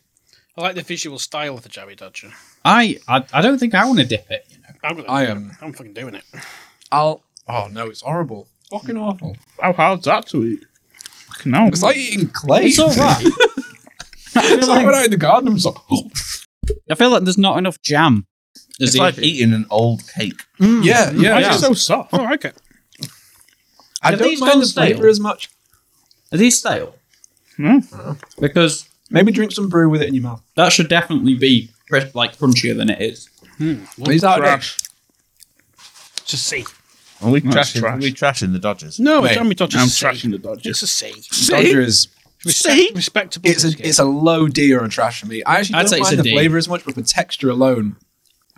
Speaker 4: I like the visual style of the jammy dodger.
Speaker 5: I, I I don't think I want to dip it.
Speaker 4: I'm gonna,
Speaker 3: I am.
Speaker 4: I'm fucking doing it.
Speaker 3: I'll. Oh no, it's horrible. Fucking awful.
Speaker 6: How hard's that to eat? Fucking hell.
Speaker 3: It's like eating clay.
Speaker 5: It's all right.
Speaker 3: It's like when I'm in the garden. I'm just like, oh.
Speaker 5: I feel like there's not enough jam.
Speaker 7: It's
Speaker 5: Is it-
Speaker 7: like eating an old cake.
Speaker 3: yeah, yeah.
Speaker 6: Why is
Speaker 3: yeah.
Speaker 6: it so soft?
Speaker 4: Oh, okay.
Speaker 3: I
Speaker 5: Have
Speaker 3: don't
Speaker 5: these
Speaker 3: mind
Speaker 5: gone
Speaker 3: the
Speaker 5: stale?
Speaker 3: flavour as much.
Speaker 5: Are these stale?
Speaker 6: Hmm.
Speaker 5: Because
Speaker 3: Maybe drink some brew with it in your mouth.
Speaker 5: that should definitely be crisp, like crunchier than it is.
Speaker 3: These are
Speaker 6: Trash.
Speaker 4: It's a C.
Speaker 7: Are we
Speaker 6: That's
Speaker 7: trashing?
Speaker 6: trash.
Speaker 7: Are we trashing the Dodgers?
Speaker 4: No,
Speaker 3: Mate,
Speaker 4: a jammy dodger's
Speaker 6: I'm
Speaker 4: C.
Speaker 6: trashing the Dodgers.
Speaker 4: It's a C.
Speaker 3: Dodgers.
Speaker 4: Respect, respectable.
Speaker 3: It's a
Speaker 4: biscuit.
Speaker 3: it's a low D or a trash for me. I actually
Speaker 5: I'd say
Speaker 3: don't
Speaker 5: it's
Speaker 3: mind the
Speaker 5: a D.
Speaker 3: flavour as much, but for texture alone,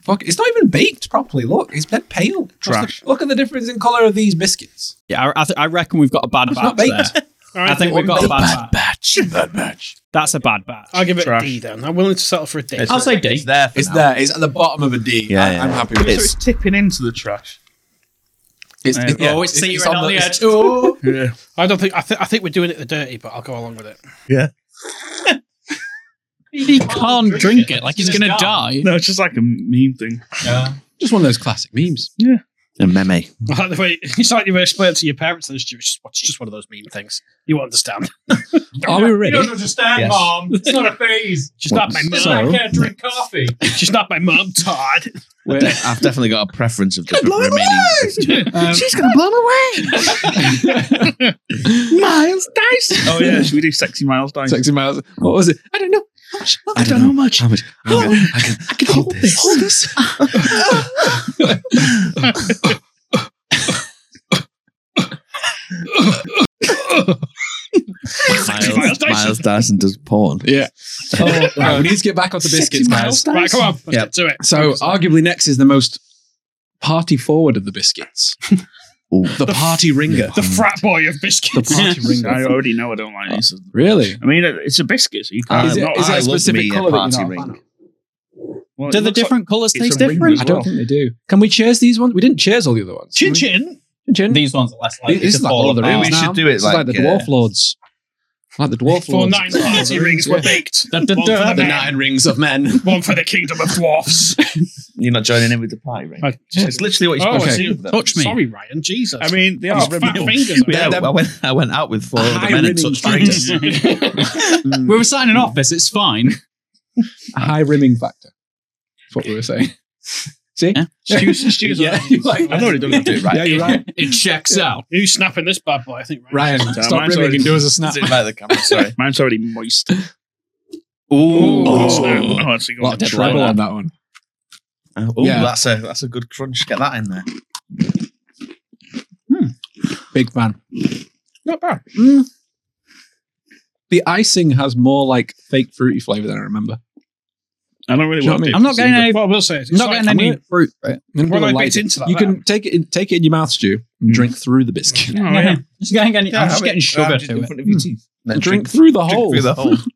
Speaker 3: fuck, it's not even baked properly. Look, it's dead pale. What's the-
Speaker 6: Trash.
Speaker 3: look at the difference in colour of these biscuits.
Speaker 5: Yeah, I, I, th- I reckon we've got a bad
Speaker 3: not
Speaker 5: batch there.
Speaker 4: All right,
Speaker 5: I think we've got a bad batch.
Speaker 3: Bad match.
Speaker 5: That's a bad batch.
Speaker 4: I'll give it
Speaker 6: Trash.
Speaker 4: a D then. I'm willing to settle for a D.
Speaker 5: I'll say D.
Speaker 7: It's there. For
Speaker 3: It's
Speaker 7: now.
Speaker 3: there. It's at the bottom of a D.
Speaker 7: Yeah,
Speaker 3: I,
Speaker 7: yeah.
Speaker 3: I'm happy with
Speaker 6: So
Speaker 3: it.
Speaker 6: it's tipping into the trash.
Speaker 3: It's,
Speaker 6: Yeah.
Speaker 3: Uh, yeah,
Speaker 5: Oh, it's teetering on the
Speaker 3: it's-
Speaker 5: edge.
Speaker 3: oh.
Speaker 6: Yeah.
Speaker 4: I don't think I, th- I think we're doing it the dirty, but I'll go along with it.
Speaker 5: He can't drink it. Like he's gonna die.
Speaker 6: No, it's just like a meme thing.
Speaker 3: Just one of those classic memes.
Speaker 7: A meme.
Speaker 4: I like the way it's like you were explaining to your parents and it's just, it's just one of those meme things. You won't understand.
Speaker 3: Are we ready?
Speaker 8: understand,
Speaker 7: Yes.
Speaker 8: Mom. It's not a phase.
Speaker 4: She's not my
Speaker 8: It's not
Speaker 4: mum.
Speaker 8: I can't drink coffee.
Speaker 4: She's not my mum, Todd.
Speaker 7: De- I've definitely got a preference of the remaining.
Speaker 3: Um,
Speaker 7: She's gonna blow him away.
Speaker 6: Miles Dyson. Oh yeah, should we do sexy Miles Dyson?
Speaker 3: Sexy Miles. What was it? I don't know.
Speaker 7: I don't know how much. How much? I can, I can, hold this. Hold this. Miles, Miles Dyson does porn.
Speaker 3: Yeah. Oh, right, we need to get back onto biscuits, guys.
Speaker 4: Right, come on, let's
Speaker 7: Yeah.
Speaker 4: get to it.
Speaker 3: So, arguably, next is the most party forward of the biscuits.
Speaker 7: Ooh.
Speaker 3: The party ringer.
Speaker 5: um,
Speaker 4: The frat boy of biscuits.
Speaker 3: party
Speaker 6: I already know I don't like these.
Speaker 3: Really?
Speaker 6: I mean, it's a biscuit, so you can't.
Speaker 7: I
Speaker 3: Is it-
Speaker 7: lo-
Speaker 3: is it a
Speaker 7: I love
Speaker 3: specific
Speaker 7: me
Speaker 3: colour that
Speaker 7: party
Speaker 3: you're not a
Speaker 7: ring.
Speaker 3: fan of?
Speaker 6: Well,
Speaker 5: Do
Speaker 6: it
Speaker 5: the
Speaker 6: looks like-
Speaker 5: different colours
Speaker 6: it's
Speaker 5: taste
Speaker 6: a ring
Speaker 5: different?
Speaker 6: as
Speaker 3: I don't
Speaker 6: well.
Speaker 3: think they do. Can we cheers these ones? We didn't cheers all the other ones.
Speaker 4: Chin chin.
Speaker 3: Chin chin.
Speaker 5: These ones are less likely
Speaker 3: this
Speaker 5: to
Speaker 3: is like
Speaker 5: fall
Speaker 3: Lord of the
Speaker 5: apart.
Speaker 3: Rings
Speaker 7: We should
Speaker 3: now.
Speaker 7: do it
Speaker 3: This is like
Speaker 7: like,
Speaker 3: the
Speaker 7: uh,
Speaker 3: dwarf lords. Like the dwarf
Speaker 4: For
Speaker 3: lords.
Speaker 4: nine party rings were baked.
Speaker 5: Dun, dun,
Speaker 4: One for
Speaker 5: dun.
Speaker 4: the
Speaker 3: The
Speaker 4: man,
Speaker 3: nine rings of men.
Speaker 4: one for the kingdom of dwarfs.
Speaker 7: You're not joining in with the party ring.
Speaker 4: I-
Speaker 7: It's literally what you're
Speaker 4: Oh,
Speaker 7: supposed
Speaker 3: okay.
Speaker 7: to do. with them.
Speaker 5: Touch me.
Speaker 4: Sorry, Ryan. Jesus.
Speaker 6: I mean, they
Speaker 4: These
Speaker 6: are
Speaker 4: fat fingers.
Speaker 7: Yeah,
Speaker 4: are-
Speaker 7: I went. I went out with four of the
Speaker 3: High
Speaker 7: men and
Speaker 3: rimming
Speaker 7: touched rings.
Speaker 5: We were sat in an office. It's fine.
Speaker 3: A high rimming factor. That's what we were saying. See?
Speaker 5: Yeah.
Speaker 6: Stews- stews are-
Speaker 3: Yeah, you're like,
Speaker 6: I've already done that.
Speaker 7: Do it right.
Speaker 3: yeah, you're right.
Speaker 5: It checks out.
Speaker 4: Who's snapping this bad boy? I think Ryan.
Speaker 3: Ryan,
Speaker 6: So
Speaker 3: stop
Speaker 6: mine's
Speaker 3: rimming
Speaker 6: already-
Speaker 3: and do us a snap.
Speaker 7: Sit by the camera. Sorry.
Speaker 6: Mine's already moist. Ooh,
Speaker 7: Oh.
Speaker 6: it's not- oh, it's
Speaker 7: A lot
Speaker 6: got
Speaker 7: of
Speaker 6: a
Speaker 7: dead
Speaker 6: treble.
Speaker 3: Treble on that one.
Speaker 7: Oh,
Speaker 3: Yeah.
Speaker 7: that's a that's a good crunch. Get that in there.
Speaker 3: Big fan.
Speaker 6: Not bad.
Speaker 3: The icing has more like fake fruity flavour than I remember.
Speaker 6: I don't really
Speaker 3: Do you know what
Speaker 6: want
Speaker 3: I mean?
Speaker 6: to.
Speaker 5: I'm not getting any.
Speaker 4: What I will say is, it's
Speaker 5: I'm not
Speaker 4: like-
Speaker 5: getting any fruit. Right?
Speaker 3: I'm gonna
Speaker 4: Well,
Speaker 3: do a
Speaker 4: I bit
Speaker 3: light-
Speaker 4: into that
Speaker 3: You
Speaker 4: now.
Speaker 3: can take it, in, take it in your mouth, Stew, and drink through the biscuit.
Speaker 6: Oh, yeah.
Speaker 5: Just getting any- I'm just getting sugar
Speaker 7: Just in
Speaker 5: to it.
Speaker 7: front of your teeth. Then
Speaker 3: drink through the
Speaker 7: drink
Speaker 3: hole.
Speaker 7: through the hole.
Speaker 5: Mm.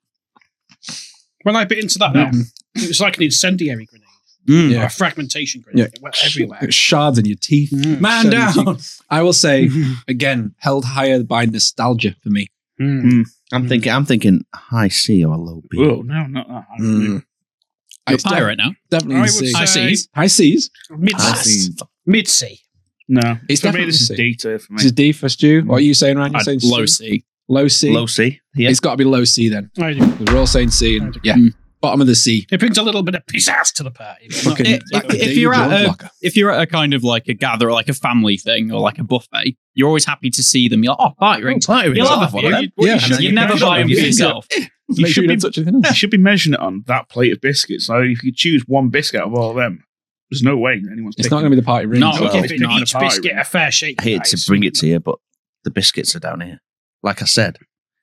Speaker 4: When I bit into that, now, it was like an incendiary grenade. Or a fragmentation grenade.
Speaker 3: Yeah.
Speaker 4: It went everywhere.
Speaker 3: It's shards in your teeth. Man
Speaker 4: Shards in your
Speaker 3: down. I will say again, held higher by nostalgia for me.
Speaker 4: Mm.
Speaker 7: I'm thinking. I'm thinking high C or low B. Hmm.
Speaker 6: Oh no, not that.
Speaker 3: Hmm.
Speaker 5: You're
Speaker 3: It's
Speaker 5: high right now.
Speaker 3: def- Definitely
Speaker 4: I
Speaker 3: in
Speaker 4: would
Speaker 3: C.
Speaker 5: I
Speaker 4: say-
Speaker 5: see.
Speaker 3: High C's.
Speaker 4: Mid
Speaker 7: High C.
Speaker 4: mid C.
Speaker 6: No,
Speaker 3: It's
Speaker 6: for me
Speaker 3: definitely
Speaker 6: this is
Speaker 3: C.
Speaker 6: data for
Speaker 3: This
Speaker 6: me.
Speaker 3: is D for Stu. What are you saying, Ryan? You're
Speaker 5: I'd
Speaker 3: saying
Speaker 5: low
Speaker 3: C?
Speaker 5: C.
Speaker 3: Low C.
Speaker 7: Low C. Yeah.
Speaker 3: It's got to be low C then.
Speaker 4: I do.
Speaker 3: We're all saying C. And, yeah. Bottom of the C.
Speaker 4: It brings a little bit of piss ass to the party. but not-
Speaker 3: Fucking
Speaker 5: If-
Speaker 3: back
Speaker 5: if-
Speaker 3: to
Speaker 5: if
Speaker 3: D,
Speaker 5: you're at
Speaker 3: John
Speaker 5: a-
Speaker 3: Blocker.
Speaker 5: If you're at a kind of like a gather, like a family thing, or like a buffet, you're always happy to see them. You're like, oh, party rings.
Speaker 7: party
Speaker 5: You'll have a few. You-
Speaker 3: Yeah,
Speaker 5: you
Speaker 3: and
Speaker 5: should-
Speaker 3: then
Speaker 5: You
Speaker 3: you
Speaker 5: never
Speaker 6: can
Speaker 5: buy them
Speaker 6: shop
Speaker 5: for
Speaker 6: them. Yeah.
Speaker 5: yourself.
Speaker 6: You
Speaker 3: Make sure
Speaker 6: should
Speaker 3: you
Speaker 6: be
Speaker 3: don't touch anything else.
Speaker 6: you should be measuring it on that plate of biscuits. So if you choose one biscuit out of all of them, there's no way anyone's.
Speaker 3: It's not going to be the party ring.
Speaker 5: No,
Speaker 4: not
Speaker 6: well,
Speaker 4: giving
Speaker 6: not a
Speaker 4: each
Speaker 6: party,
Speaker 4: biscuit
Speaker 6: really.
Speaker 4: a fair shake.
Speaker 7: I hate to
Speaker 4: guys.
Speaker 7: bring it to you, but the biscuits are down here. Like I said,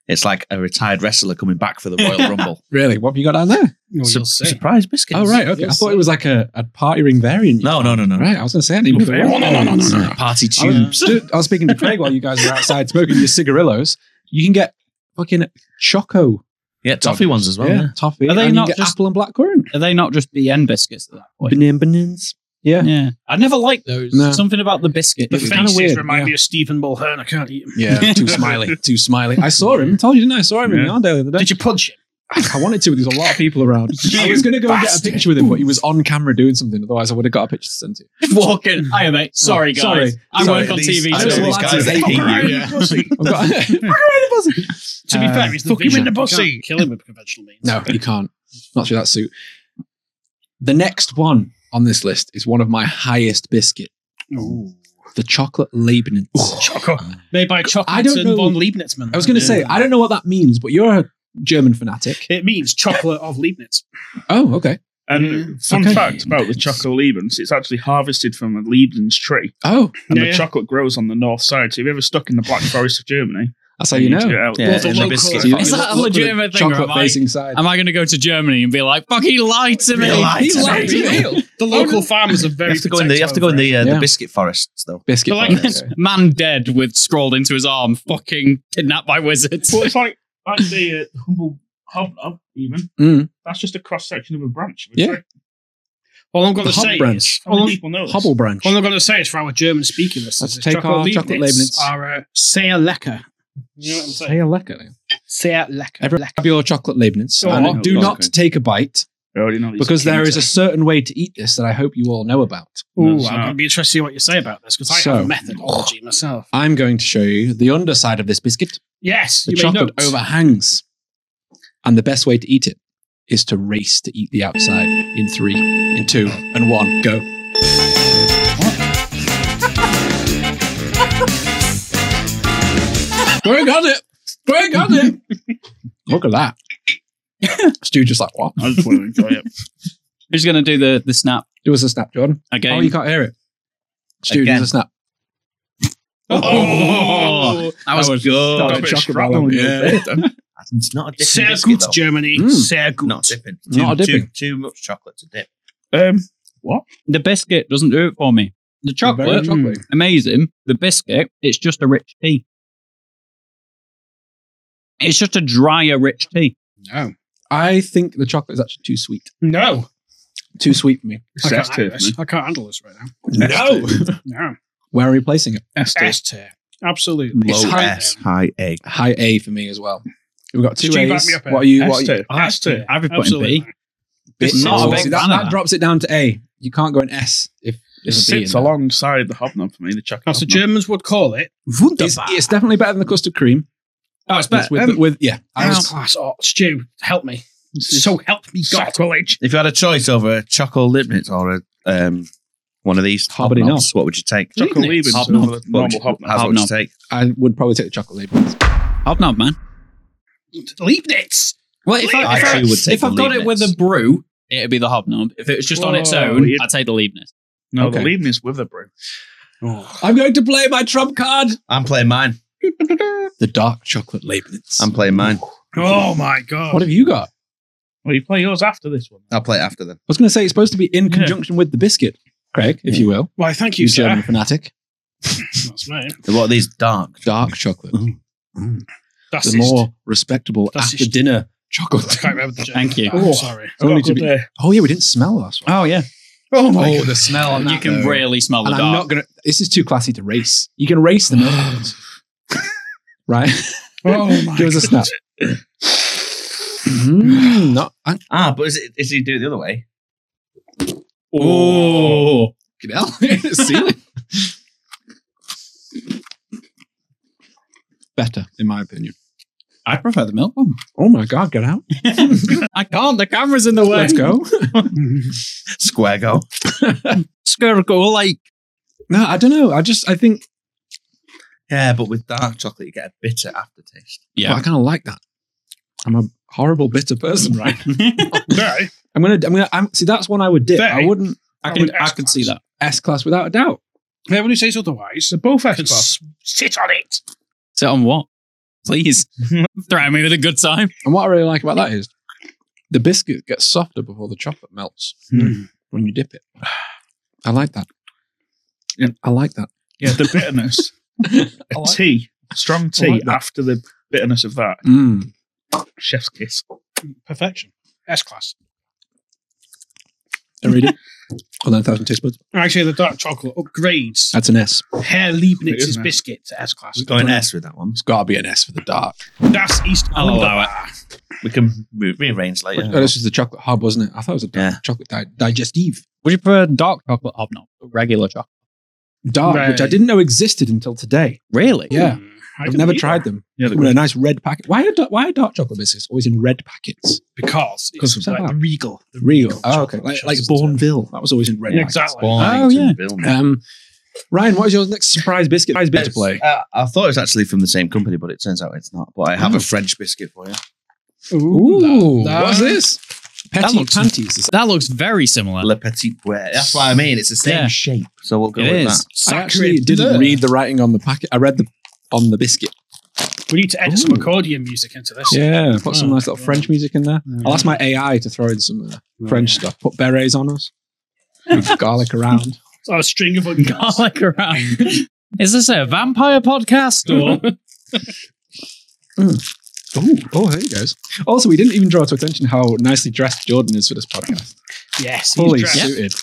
Speaker 7: it's like a retired wrestler coming back for the Royal Rumble.
Speaker 3: Really? What have you got down there?
Speaker 4: Well,
Speaker 7: Sur-
Speaker 4: you'll see.
Speaker 7: surprise biscuits.
Speaker 3: Oh, right. Okay. I thought it was like a, a party ring variant.
Speaker 7: No, no, no, no.
Speaker 3: Right. I was going to say, I didn't even
Speaker 6: No, no, no, no, no, no.
Speaker 7: Party
Speaker 3: I
Speaker 7: tune.
Speaker 3: was, I was speaking to Craig while you guys were outside smoking your cigarillos. You can get fucking choco
Speaker 7: Yeah, toffee ones as well.
Speaker 3: yeah, toffee.
Speaker 5: Are they
Speaker 3: and you
Speaker 5: not
Speaker 3: can get
Speaker 5: just-
Speaker 3: apple and blackcurrant?
Speaker 5: Are they not just BN biscuits at that point?
Speaker 7: Banana bananas.
Speaker 3: Yeah.
Speaker 5: Yeah. I never liked those.
Speaker 3: No.
Speaker 5: Something about the biscuit.
Speaker 4: The
Speaker 3: It's kinda
Speaker 4: faces
Speaker 3: weird,
Speaker 4: remind
Speaker 3: yeah.
Speaker 4: me of Stephen Mulhern. I can't eat him.
Speaker 3: Yeah, too smiley, too smiley. I saw him. Told you, didn't I? I saw him in
Speaker 6: Yeah.
Speaker 3: the Arndale the other day.
Speaker 4: Did you punch him?
Speaker 3: I wanted to, but there's a lot of people around. I was going to go and get a picture with him, but he was on camera doing something. Otherwise, I would have got a picture to send to. you.
Speaker 5: Walking. Hiya,
Speaker 4: Oh,
Speaker 5: mate. Sorry, guys.
Speaker 3: sorry.
Speaker 5: I
Speaker 3: Sorry,
Speaker 5: work on
Speaker 7: these-
Speaker 5: TV.
Speaker 7: I
Speaker 5: so
Speaker 7: don't know
Speaker 5: it's
Speaker 7: these
Speaker 5: like-
Speaker 7: guys hate you.
Speaker 3: I've got-
Speaker 4: To be
Speaker 3: Uh,
Speaker 4: fair, he's the
Speaker 3: fuck him in the
Speaker 4: vision. You can't
Speaker 3: pussy.
Speaker 4: Kill him with conventional means.
Speaker 3: no, you can't. Not through that suit. The next one on this list is one of my highest biscuit,
Speaker 4: Ooh.
Speaker 3: the chocolate Leibniz.
Speaker 4: Choco. Made by
Speaker 3: I don't
Speaker 4: chocolate
Speaker 3: know-
Speaker 4: and von Leibniz. man.
Speaker 3: I was going to say, I don't know what that means, but you're a German fanatic.
Speaker 4: It means chocolate of Leibniz.
Speaker 3: Oh, okay.
Speaker 6: And fun
Speaker 3: Okay.
Speaker 6: fact about the chocolate Liebens, it's actually harvested from a Liebens tree,
Speaker 3: Oh,
Speaker 6: and
Speaker 4: Yeah,
Speaker 6: the
Speaker 4: yeah.
Speaker 6: chocolate grows on the north side. So if you're ever stuck in the black forest of Germany,
Speaker 3: that's how you know.
Speaker 6: get out.
Speaker 7: Yeah,
Speaker 4: the
Speaker 7: and the
Speaker 4: local-
Speaker 7: biscuits.
Speaker 3: You-
Speaker 5: Is
Speaker 3: you
Speaker 5: that a
Speaker 3: look with
Speaker 5: legitimate thing, or am I-
Speaker 3: Chocolate facing side.
Speaker 5: Am I going to go to Germany and be like, fuck, he lied to me?
Speaker 7: He lied
Speaker 5: He
Speaker 7: to
Speaker 5: lied
Speaker 7: me.
Speaker 5: to me.
Speaker 4: The local farmers are very.
Speaker 7: You have to go in the. You have to go in the uh,
Speaker 3: Yeah.
Speaker 7: the biscuit forests though.
Speaker 3: Biscuit.
Speaker 4: But like-
Speaker 3: facing side.
Speaker 5: Man dead with scrawled into his arm, fucking kidnapped by wizards.
Speaker 6: Well, it's like like the uh, humble hobnob even.
Speaker 3: Mm.
Speaker 6: That's just a cross section of a branch. of a
Speaker 3: Yeah.
Speaker 6: tree.
Speaker 4: All I'm going
Speaker 3: The
Speaker 4: to
Speaker 3: hub
Speaker 4: say
Speaker 3: branch.
Speaker 4: is,
Speaker 6: How many
Speaker 4: all I'm,
Speaker 6: people know this?
Speaker 3: Hobble branch.
Speaker 4: all I'm going to say is for our German speaking
Speaker 3: Let's
Speaker 4: listeners, is
Speaker 3: take our
Speaker 4: chocolate
Speaker 3: chocolate
Speaker 4: Leibniz
Speaker 3: Leibniz.
Speaker 4: are uh, sehr lecker. You know what I'm saying? Sehr lecker.
Speaker 3: Everyone have your chocolate Leibniz.
Speaker 4: Go
Speaker 3: and
Speaker 4: on.
Speaker 3: do
Speaker 6: Okay.
Speaker 3: not take a bite
Speaker 6: I already know these
Speaker 3: because there is a
Speaker 6: kids.
Speaker 3: certain way to eat this that I hope you all know about.
Speaker 4: Ooh,
Speaker 6: No, it's
Speaker 4: I'm
Speaker 6: not.
Speaker 4: going to be interested to see what you say about this because I
Speaker 3: So-
Speaker 4: have a methodology myself.
Speaker 3: I'm going to show you the underside of this biscuit.
Speaker 4: Yes,
Speaker 3: The
Speaker 4: you may
Speaker 3: chocolate
Speaker 4: note.
Speaker 3: overhangs. And the best way to eat it is to race to eat the outside in three, in two, and one. Go. Greg got it. Greg got it. Look at that. Stu just like, what?
Speaker 6: I just want to enjoy it.
Speaker 5: Who's going to do the, the snap
Speaker 3: It was a snap, Jordan.
Speaker 5: again?
Speaker 3: Oh, you can't hear it. Stu,
Speaker 7: Again.
Speaker 3: does a snap.
Speaker 5: Oh, that was, good.
Speaker 3: That was a chocolate ball. Yeah.
Speaker 7: It's not a dipping
Speaker 4: Sehr
Speaker 7: biscuit,
Speaker 4: gut,
Speaker 7: though.
Speaker 4: Germany.
Speaker 3: Mm.
Speaker 4: Sehr gut.
Speaker 7: Not dipping. Too,
Speaker 3: Not a dipping.
Speaker 7: Too, too much chocolate to dip.
Speaker 6: Um,
Speaker 5: The biscuit doesn't do it for me. The
Speaker 3: Very
Speaker 5: chocolate,
Speaker 3: chocolatey.
Speaker 5: amazing. The biscuit, it's just a rich tea. It's just a drier, rich tea.
Speaker 4: No.
Speaker 3: I think the chocolate is actually too sweet.
Speaker 4: No.
Speaker 3: Too sweet for me.
Speaker 4: I
Speaker 6: it's
Speaker 4: can't,
Speaker 6: S
Speaker 4: handle
Speaker 6: tier.
Speaker 4: this. I can't handle this right now.
Speaker 3: No.
Speaker 4: No.
Speaker 3: Where are we placing it?
Speaker 6: S tier.
Speaker 4: S tier. Absolutely.
Speaker 7: Low
Speaker 4: high
Speaker 7: S,
Speaker 4: down.
Speaker 7: high A.
Speaker 3: High A for me as well. We've got two
Speaker 4: Stu, back
Speaker 3: A's.
Speaker 4: me up here.
Speaker 3: What are you? What
Speaker 6: S
Speaker 3: are you
Speaker 6: tier.
Speaker 4: oh,
Speaker 6: S tier.
Speaker 5: I've been putting
Speaker 4: Absolutely.
Speaker 5: B. It's not a
Speaker 3: Oh,
Speaker 5: big
Speaker 3: see,
Speaker 5: fan
Speaker 3: that,
Speaker 5: of
Speaker 3: that
Speaker 5: that.
Speaker 3: drops it down to A. You can't go in S if
Speaker 6: It
Speaker 3: there's a B in
Speaker 6: sits
Speaker 3: there.
Speaker 6: alongside the hobnob for me. The chocolate.
Speaker 4: As the
Speaker 6: hobnob.
Speaker 4: Germans would call it,
Speaker 3: It's, it's definitely better than the custard cream.
Speaker 5: Oh,
Speaker 3: It's
Speaker 5: it's better.
Speaker 3: with,
Speaker 5: Um,
Speaker 3: with yeah, I
Speaker 4: house
Speaker 3: was,
Speaker 4: class art. Stu, help me. So help me God.
Speaker 6: sacrilege.
Speaker 7: If you had a choice over a chocolate Leibniz or a um, one of these
Speaker 3: Hobnob.
Speaker 7: hobnobs, what would you take?
Speaker 6: Chocolate
Speaker 4: Leibniz.
Speaker 6: Liebens.
Speaker 7: Hobnob.
Speaker 6: over the Normal
Speaker 7: What would you,
Speaker 6: hobnob.
Speaker 7: what would you
Speaker 5: Hobnob.
Speaker 7: take?
Speaker 3: I would probably take the chocolate label.
Speaker 5: Hobnob, man.
Speaker 4: Leibniz.
Speaker 5: Well, if, I,
Speaker 7: I
Speaker 5: if, I,
Speaker 7: too would take
Speaker 5: if
Speaker 7: the
Speaker 5: I've got it with
Speaker 7: Leibniz.
Speaker 5: a brew, it'd be the hobnob. If it was just on its
Speaker 6: Whoa,
Speaker 5: own,
Speaker 6: you-
Speaker 5: I'd take the Leibniz.
Speaker 6: No,
Speaker 3: Okay.
Speaker 6: the Leibniz with the brew.
Speaker 3: I'm going to play my trump card.
Speaker 7: I'm playing mine.
Speaker 3: The dark chocolate Leibniz.
Speaker 7: I'm playing mine.
Speaker 4: Oh my God.
Speaker 3: what have you got? I
Speaker 6: Well, you play yours after this one.
Speaker 7: I'll play it after then.
Speaker 3: was going to say it's supposed to be in conjunction with the biscuit, Craig, if you will.
Speaker 4: Why, thank
Speaker 3: You
Speaker 4: you,
Speaker 3: German
Speaker 4: sir.
Speaker 3: fanatic.
Speaker 4: That's right.
Speaker 7: What are these dark?
Speaker 3: Dark chocolate.
Speaker 4: That's
Speaker 3: the more respectable
Speaker 4: That's
Speaker 3: after
Speaker 4: just-
Speaker 3: dinner
Speaker 4: I
Speaker 3: chocolate.
Speaker 4: can't remember the German.
Speaker 5: Thank you.
Speaker 4: I'm
Speaker 3: Oh.
Speaker 4: sorry.
Speaker 3: Only
Speaker 6: Got
Speaker 3: to
Speaker 6: good,
Speaker 3: be-
Speaker 6: uh,
Speaker 3: oh yeah, we didn't smell last one.
Speaker 5: Oh, yeah.
Speaker 6: Oh my
Speaker 3: Oh,
Speaker 6: god.
Speaker 3: the smell on that.
Speaker 5: you can
Speaker 3: though.
Speaker 5: really smell the
Speaker 3: And I'm
Speaker 5: dark.
Speaker 3: not gonna. This is too classy to race. You can race the milk bones, right?
Speaker 6: Oh my
Speaker 3: Give us a
Speaker 6: God.
Speaker 3: snap. Mm, not I,
Speaker 7: Ah, but is it is he do it the other way?
Speaker 5: oh,
Speaker 3: fucking hell. Ceiling. Better, in my opinion.
Speaker 5: I prefer the milk one.
Speaker 3: Oh my god, get out!
Speaker 5: I can't. The camera's in the way.
Speaker 3: Let's go.
Speaker 7: Square go.
Speaker 5: Square go like
Speaker 3: No, I don't know. I just I think
Speaker 7: Yeah, but with dark chocolate, you get a bitter aftertaste.
Speaker 5: Yeah.
Speaker 3: well, I kind of like that. I'm a horrible bitter person, right?
Speaker 6: No,
Speaker 3: I'm gonna I'm gonna I'm, see. That's one I would dip.
Speaker 6: They-
Speaker 3: I wouldn't
Speaker 5: I
Speaker 6: I
Speaker 5: can
Speaker 6: would
Speaker 5: I can see that.
Speaker 3: S class without a doubt.
Speaker 4: Everyone who says otherwise
Speaker 6: they're both
Speaker 4: can
Speaker 6: S
Speaker 4: s- sit on it.
Speaker 5: Sit on what? Please threaten me with a good time.
Speaker 3: And what I really like about that is the biscuit gets softer before the chocolate melts
Speaker 6: Hmm.
Speaker 3: when you dip it. I like that.
Speaker 6: Yeah.
Speaker 3: I like that.
Speaker 6: Yeah, the bitterness. a
Speaker 3: like-
Speaker 6: tea, strong
Speaker 3: I
Speaker 6: tea
Speaker 3: like that.
Speaker 6: after the bitterness of that.
Speaker 3: Mm.
Speaker 6: Chef's kiss.
Speaker 4: Perfection. S class.
Speaker 3: I read it. Hold on, a thousand taste buds.
Speaker 4: Actually, the dark chocolate upgrades
Speaker 3: That's an S.
Speaker 4: Herr
Speaker 6: It is,
Speaker 4: Leibniz's
Speaker 6: man.
Speaker 4: biscuit to S class.
Speaker 7: We're going S with that one.
Speaker 3: It's got to be an S for the dark.
Speaker 4: That's East
Speaker 5: I'll
Speaker 4: Wunderbar.
Speaker 5: allow it.
Speaker 7: We can re- rearrange later.
Speaker 3: Oh, this is the chocolate hub, wasn't it? I thought it was a dark
Speaker 7: Yeah.
Speaker 3: chocolate di- digestive.
Speaker 5: Would you prefer dark chocolate hobnob? or Regular chocolate.
Speaker 3: Dark, which I
Speaker 4: Right.
Speaker 3: didn't know existed until today.
Speaker 5: Really?
Speaker 3: Yeah.
Speaker 4: Hmm, I
Speaker 3: I've
Speaker 4: didn't
Speaker 3: never
Speaker 4: either.
Speaker 3: tried them.
Speaker 6: Yeah,
Speaker 3: They were in a nice red packet. Why are, da- why are dark chocolate biscuits always in red packets?
Speaker 4: because
Speaker 3: Because
Speaker 4: it's
Speaker 3: of
Speaker 4: like
Speaker 3: that.
Speaker 4: the regal.
Speaker 3: The real. Oh, okay.
Speaker 6: chocolate
Speaker 3: Like, like
Speaker 6: chips and
Speaker 3: Bourneville. That was always in red
Speaker 4: Yeah,
Speaker 3: packets.
Speaker 4: exactly.
Speaker 3: Oh, yeah.
Speaker 7: Bill.
Speaker 3: Um, Ryan, what is your next surprise biscuit? Surprise biscuit to play.
Speaker 7: Uh, I thought it was actually from the same company, but it turns out it's not. But I have
Speaker 3: Oh.
Speaker 7: a French biscuit for you.
Speaker 3: Ooh,
Speaker 4: that-
Speaker 3: what's this? Petty
Speaker 5: looks-
Speaker 3: panties. Is-
Speaker 5: That looks very similar.
Speaker 7: Le Petit Pois. That's what I mean. It's the same
Speaker 5: Yeah.
Speaker 7: shape. So we'll go
Speaker 5: it
Speaker 7: with
Speaker 5: is.
Speaker 3: I
Speaker 7: that.
Speaker 4: Sacre
Speaker 3: actually didn't
Speaker 4: bleu.
Speaker 3: read the writing on the packet. I read the on the biscuit.
Speaker 4: We need to edit some accordion music into this.
Speaker 3: Yeah, put some
Speaker 4: Oh,
Speaker 3: nice little
Speaker 4: yeah.
Speaker 3: French music in there. I'll ask my AI to throw in some uh, French stuff. Put berets on us. Move garlic around.
Speaker 4: So Oh, a string of onions.
Speaker 5: Garlic around. Is this a vampire podcast or
Speaker 3: Ooh, oh, there you goes. Also, we didn't even draw to attention how nicely dressed Jordan is for this podcast.
Speaker 4: yes, he's
Speaker 3: Fully
Speaker 4: dressed.
Speaker 3: suited.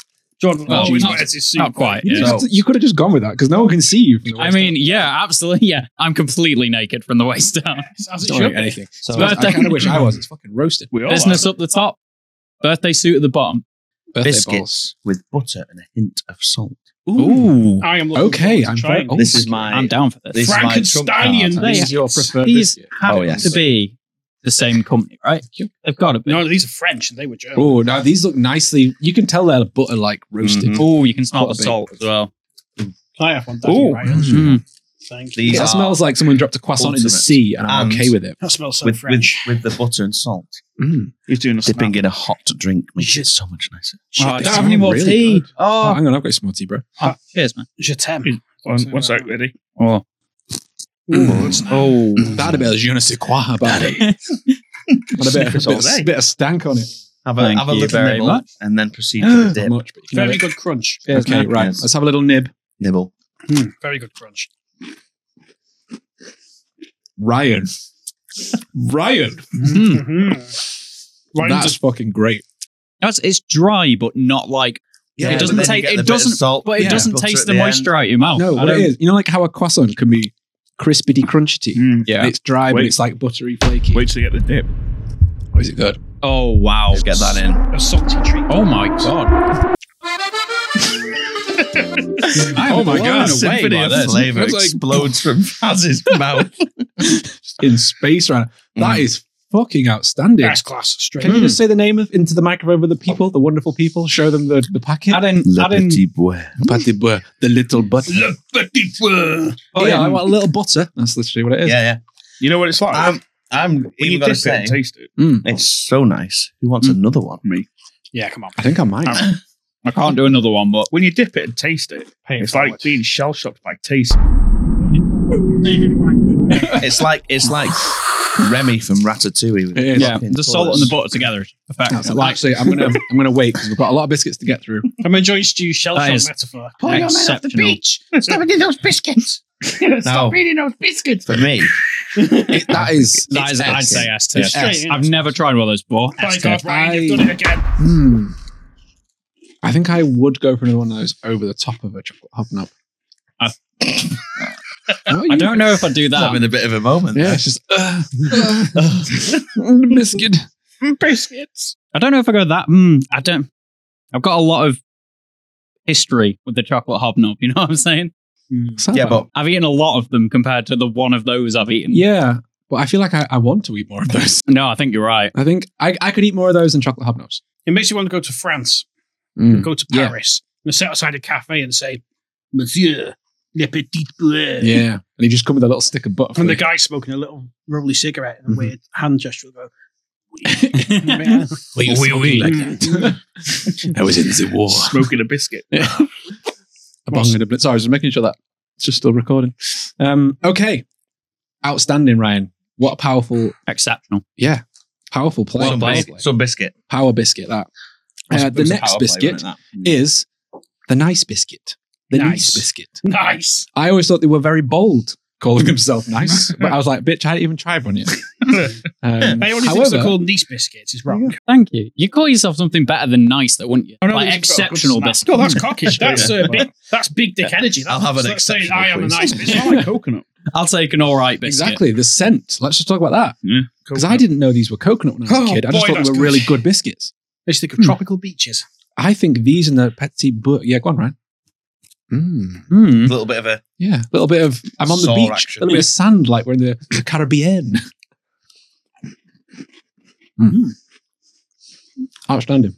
Speaker 4: John
Speaker 5: Well,
Speaker 4: always
Speaker 5: not-
Speaker 4: wears his suit.
Speaker 5: not quite?
Speaker 3: You,
Speaker 5: yeah.
Speaker 3: just- you could have just gone with that because no one can see you. From the
Speaker 5: I
Speaker 3: waist
Speaker 5: mean, yeah, absolutely. Yeah, I'm completely naked from the waist down.
Speaker 4: Yes, as it
Speaker 3: down.
Speaker 4: should
Speaker 3: Don't
Speaker 4: be.
Speaker 3: eat anything.
Speaker 7: So
Speaker 5: But-
Speaker 3: I kind of wish I was. It's fucking roasted.
Speaker 6: We all
Speaker 5: Business
Speaker 6: are.
Speaker 5: up the top, birthday suit at the bottom.
Speaker 3: Birthday balls.
Speaker 7: biscuits with butter and a hint of salt.
Speaker 5: Ooh,
Speaker 4: I am looking
Speaker 3: Okay,
Speaker 4: forward to
Speaker 3: I'm
Speaker 4: trying
Speaker 3: very- Oh,
Speaker 7: This is my.
Speaker 5: I'm down for
Speaker 7: This
Speaker 5: this.
Speaker 7: is my trump card.
Speaker 4: Frankensteinian
Speaker 5: They-
Speaker 7: This
Speaker 5: These
Speaker 7: is your preferred
Speaker 5: These have
Speaker 7: Oh, yes.
Speaker 5: to be the same company, right? They've got to be.
Speaker 4: No, these are French and they were German.
Speaker 3: Oh, now these look nicely. You can tell they're butter like roasted.
Speaker 7: Mhm.
Speaker 5: Oh, you can smell
Speaker 3: Gotta
Speaker 5: the
Speaker 3: be.
Speaker 5: salt as well.
Speaker 4: Can I have one?
Speaker 6: Ooh.
Speaker 4: Ooh. Right?
Speaker 5: Mm.
Speaker 4: Thank you.
Speaker 7: These
Speaker 3: That
Speaker 7: are
Speaker 3: Mm-hmm. smells like someone dropped a croissant in the
Speaker 7: ultimate.
Speaker 3: sea, and I'm
Speaker 7: And-
Speaker 3: okay with it.
Speaker 4: That smells so
Speaker 7: with, with,
Speaker 4: French.
Speaker 7: with the butter and salt.
Speaker 6: He's doing a
Speaker 7: Dipping
Speaker 6: snap.
Speaker 7: in a hot drink makes it so much nicer.
Speaker 5: Oh, I
Speaker 3: they
Speaker 5: don't have
Speaker 3: smell
Speaker 5: any more
Speaker 3: really
Speaker 5: tea.
Speaker 3: good. Oh,
Speaker 5: Oh,
Speaker 3: hang on, I've got some more tea, bro.
Speaker 5: oh, cheers, man.
Speaker 4: Je t'aime.
Speaker 6: One, one sec, ready?
Speaker 5: Oh,
Speaker 7: Oh,
Speaker 3: That a bit of je ne sais quoi about it. And a bit, a bit,
Speaker 7: All day.
Speaker 3: a bit of stank on it.
Speaker 7: have a,
Speaker 5: Thank
Speaker 7: have a
Speaker 5: you
Speaker 7: little
Speaker 5: very
Speaker 7: nibble
Speaker 5: much.
Speaker 7: and then proceed to the
Speaker 3: Not
Speaker 7: dip.
Speaker 3: much, but you can have
Speaker 4: Very
Speaker 3: it.
Speaker 4: good crunch.
Speaker 3: Cheers,
Speaker 7: Okay,
Speaker 3: mate. Right,
Speaker 7: yes.
Speaker 3: let's have a little nib.
Speaker 7: Nibble.
Speaker 4: Hmm, Very good crunch.
Speaker 3: Ryan. Ryan.
Speaker 4: Mhm. Ryan's
Speaker 3: That's fucking great.
Speaker 5: That's it's dry, but not like
Speaker 7: Yeah,
Speaker 5: it
Speaker 7: but
Speaker 5: doesn't
Speaker 7: then you
Speaker 5: taste.
Speaker 7: get the
Speaker 5: It
Speaker 7: bit of
Speaker 5: doesn't.
Speaker 7: salt,
Speaker 5: but it
Speaker 3: yeah,
Speaker 5: doesn't
Speaker 7: butter
Speaker 5: taste
Speaker 7: at
Speaker 5: the,
Speaker 7: the
Speaker 5: moisture out of your mouth.
Speaker 3: no,
Speaker 5: I
Speaker 3: what it
Speaker 5: don't-
Speaker 3: is, you know, like how a croissant can be crispity crunchity.
Speaker 6: Mm.
Speaker 5: Yeah.
Speaker 3: And It's dry, but
Speaker 6: Wait.
Speaker 3: it's like buttery flaky.
Speaker 6: Wait till you get the dip.
Speaker 3: Oh, is it good?
Speaker 5: Oh wow!
Speaker 7: Let's get that in.
Speaker 4: a salty treat.
Speaker 5: Oh my god!
Speaker 3: Oh my
Speaker 5: blown
Speaker 3: God.
Speaker 5: away
Speaker 7: Symphony
Speaker 5: by
Speaker 7: of
Speaker 5: this.
Speaker 7: flavor
Speaker 3: That's like-
Speaker 7: explodes from Faz's mouth.
Speaker 3: In space, Ryan. That is fucking outstanding.
Speaker 4: S class straight.
Speaker 3: Can you just say the name of into the microphone with the people, the wonderful people? Show them the, the packet. Hmm.
Speaker 5: Add in, add in,
Speaker 7: bois.
Speaker 3: the little butter.
Speaker 4: petit pois.
Speaker 3: Oh, yeah, I want a little butter. That's literally what it
Speaker 7: Yeah,
Speaker 3: is.
Speaker 7: yeah.
Speaker 6: You know what it's like?
Speaker 7: I'm, I'm
Speaker 6: when you
Speaker 7: even
Speaker 6: dip
Speaker 7: going to
Speaker 6: it
Speaker 7: say,
Speaker 6: and taste it.
Speaker 7: it's so nice. Who wants another one?
Speaker 4: Yeah, come on.
Speaker 3: I think I might.
Speaker 5: I can't do another one, but
Speaker 6: When you dip it and taste it, it's like being shell shocked by taste.
Speaker 7: It's like it's like Remy from Ratatouille. With
Speaker 3: It is.
Speaker 5: yeah, the salt and the butter together. is Perfect.
Speaker 3: That's- well, actually, I'm gonna I'm gonna wait because we've got a lot of biscuits to get through.
Speaker 4: I'm enjoying Stu's shell
Speaker 5: That
Speaker 4: shock
Speaker 5: is-
Speaker 4: metaphor.
Speaker 5: Exceptional.
Speaker 4: Stop eating those biscuits.
Speaker 7: Stop
Speaker 4: eating those biscuits.
Speaker 7: For me,
Speaker 3: It, that is
Speaker 5: That
Speaker 3: it's
Speaker 5: is, I'd
Speaker 3: S.
Speaker 5: say S tier.
Speaker 3: It's
Speaker 4: S.
Speaker 5: I've never tried one of those before.
Speaker 4: By
Speaker 5: S tier.
Speaker 4: God, Ryan, you've done it again.
Speaker 3: Hmm. I think I would go for another one of those over the top of a chocolate hobnob. Uh,
Speaker 5: I-
Speaker 3: No,
Speaker 5: I
Speaker 3: you-
Speaker 5: don't know if I'd do
Speaker 7: Having
Speaker 5: that.
Speaker 7: a bit of a moment.
Speaker 3: Yeah, it's just uh, uh, biscuit.
Speaker 4: Mm, Biscuits.
Speaker 5: I don't know if I go that. Mm, I don't. I've got a lot of history with the chocolate hobnob. You know what I'm saying?
Speaker 7: there. Yeah, but
Speaker 5: I've eaten a lot of them compared to the one of those I've eaten.
Speaker 3: yeah, but I feel like I, I want to eat more of those.
Speaker 5: No, I think you're right.
Speaker 3: I think I, I could eat more of those than chocolate hobnobs.
Speaker 4: It makes you want to go to France,
Speaker 3: Mm.
Speaker 4: go to
Speaker 3: Yeah.
Speaker 4: Paris, and sit outside a cafe and say, Monsieur, le petit beurre.
Speaker 3: Yeah, and you just come with a little stick of butter. for
Speaker 4: And the
Speaker 3: you.
Speaker 4: guy smoking a little roly cigarette and a
Speaker 3: Mhm.
Speaker 4: weird hand gesture will go,
Speaker 3: Well, you
Speaker 5: Oui,
Speaker 3: smoking
Speaker 5: oui.
Speaker 3: like that. I was in the war.
Speaker 6: Smoking a biscuit.
Speaker 3: A bong and a blitz. Sorry, I was just making sure that it's just still recording. Um, okay, outstanding, Ryan. What a powerful,
Speaker 5: Exceptional.
Speaker 3: powerful play.
Speaker 7: some,
Speaker 5: play.
Speaker 7: biscuit. some biscuit.
Speaker 3: Power biscuit. That. Uh, the
Speaker 7: It was a
Speaker 3: next
Speaker 7: power play, wasn't
Speaker 3: biscuit
Speaker 7: it, that?
Speaker 3: is the nice biscuit. The nice,
Speaker 4: Nice.
Speaker 3: biscuit.
Speaker 4: nice.
Speaker 3: I always thought they were very bold calling themselves nice, but I was like, bitch, I didn't even tried one yet. Um,
Speaker 4: Anyone who thinks
Speaker 3: however,
Speaker 4: they're called nice biscuits is wrong.
Speaker 5: Thank you. You call yourself something better than nice, though, wouldn't you?
Speaker 4: Oh, no,
Speaker 5: like
Speaker 4: they've just got a good
Speaker 5: exceptional
Speaker 4: snack.
Speaker 5: biscuit.
Speaker 4: No, that's cockish. That's, uh, big, that's big dick energy. That's,
Speaker 7: I'll have an
Speaker 4: that's saying,
Speaker 7: exceptional,
Speaker 4: I am a
Speaker 7: please.
Speaker 4: nice
Speaker 6: It's
Speaker 4: biscuit.
Speaker 6: not like coconut.
Speaker 5: I'll take an all right biscuit.
Speaker 3: exactly the scent. Let's just talk about that because I
Speaker 6: Coconut.
Speaker 3: didn't know these were coconut when I was
Speaker 4: Oh,
Speaker 3: a kid. I just
Speaker 4: boy,
Speaker 3: thought they
Speaker 4: that's
Speaker 3: were
Speaker 4: good.
Speaker 3: really good biscuits.
Speaker 4: Let's think of tropical beaches.
Speaker 3: I think these and the petit beurre. Yeah, go on, Ryan. Mm.
Speaker 5: Hmm.
Speaker 7: A little bit of a.
Speaker 3: Yeah, a little bit of I'm on the
Speaker 7: Saw
Speaker 3: beach,
Speaker 7: action.
Speaker 3: a little bit of sand, like we're in the, the Caribbean. Mm. Outstanding.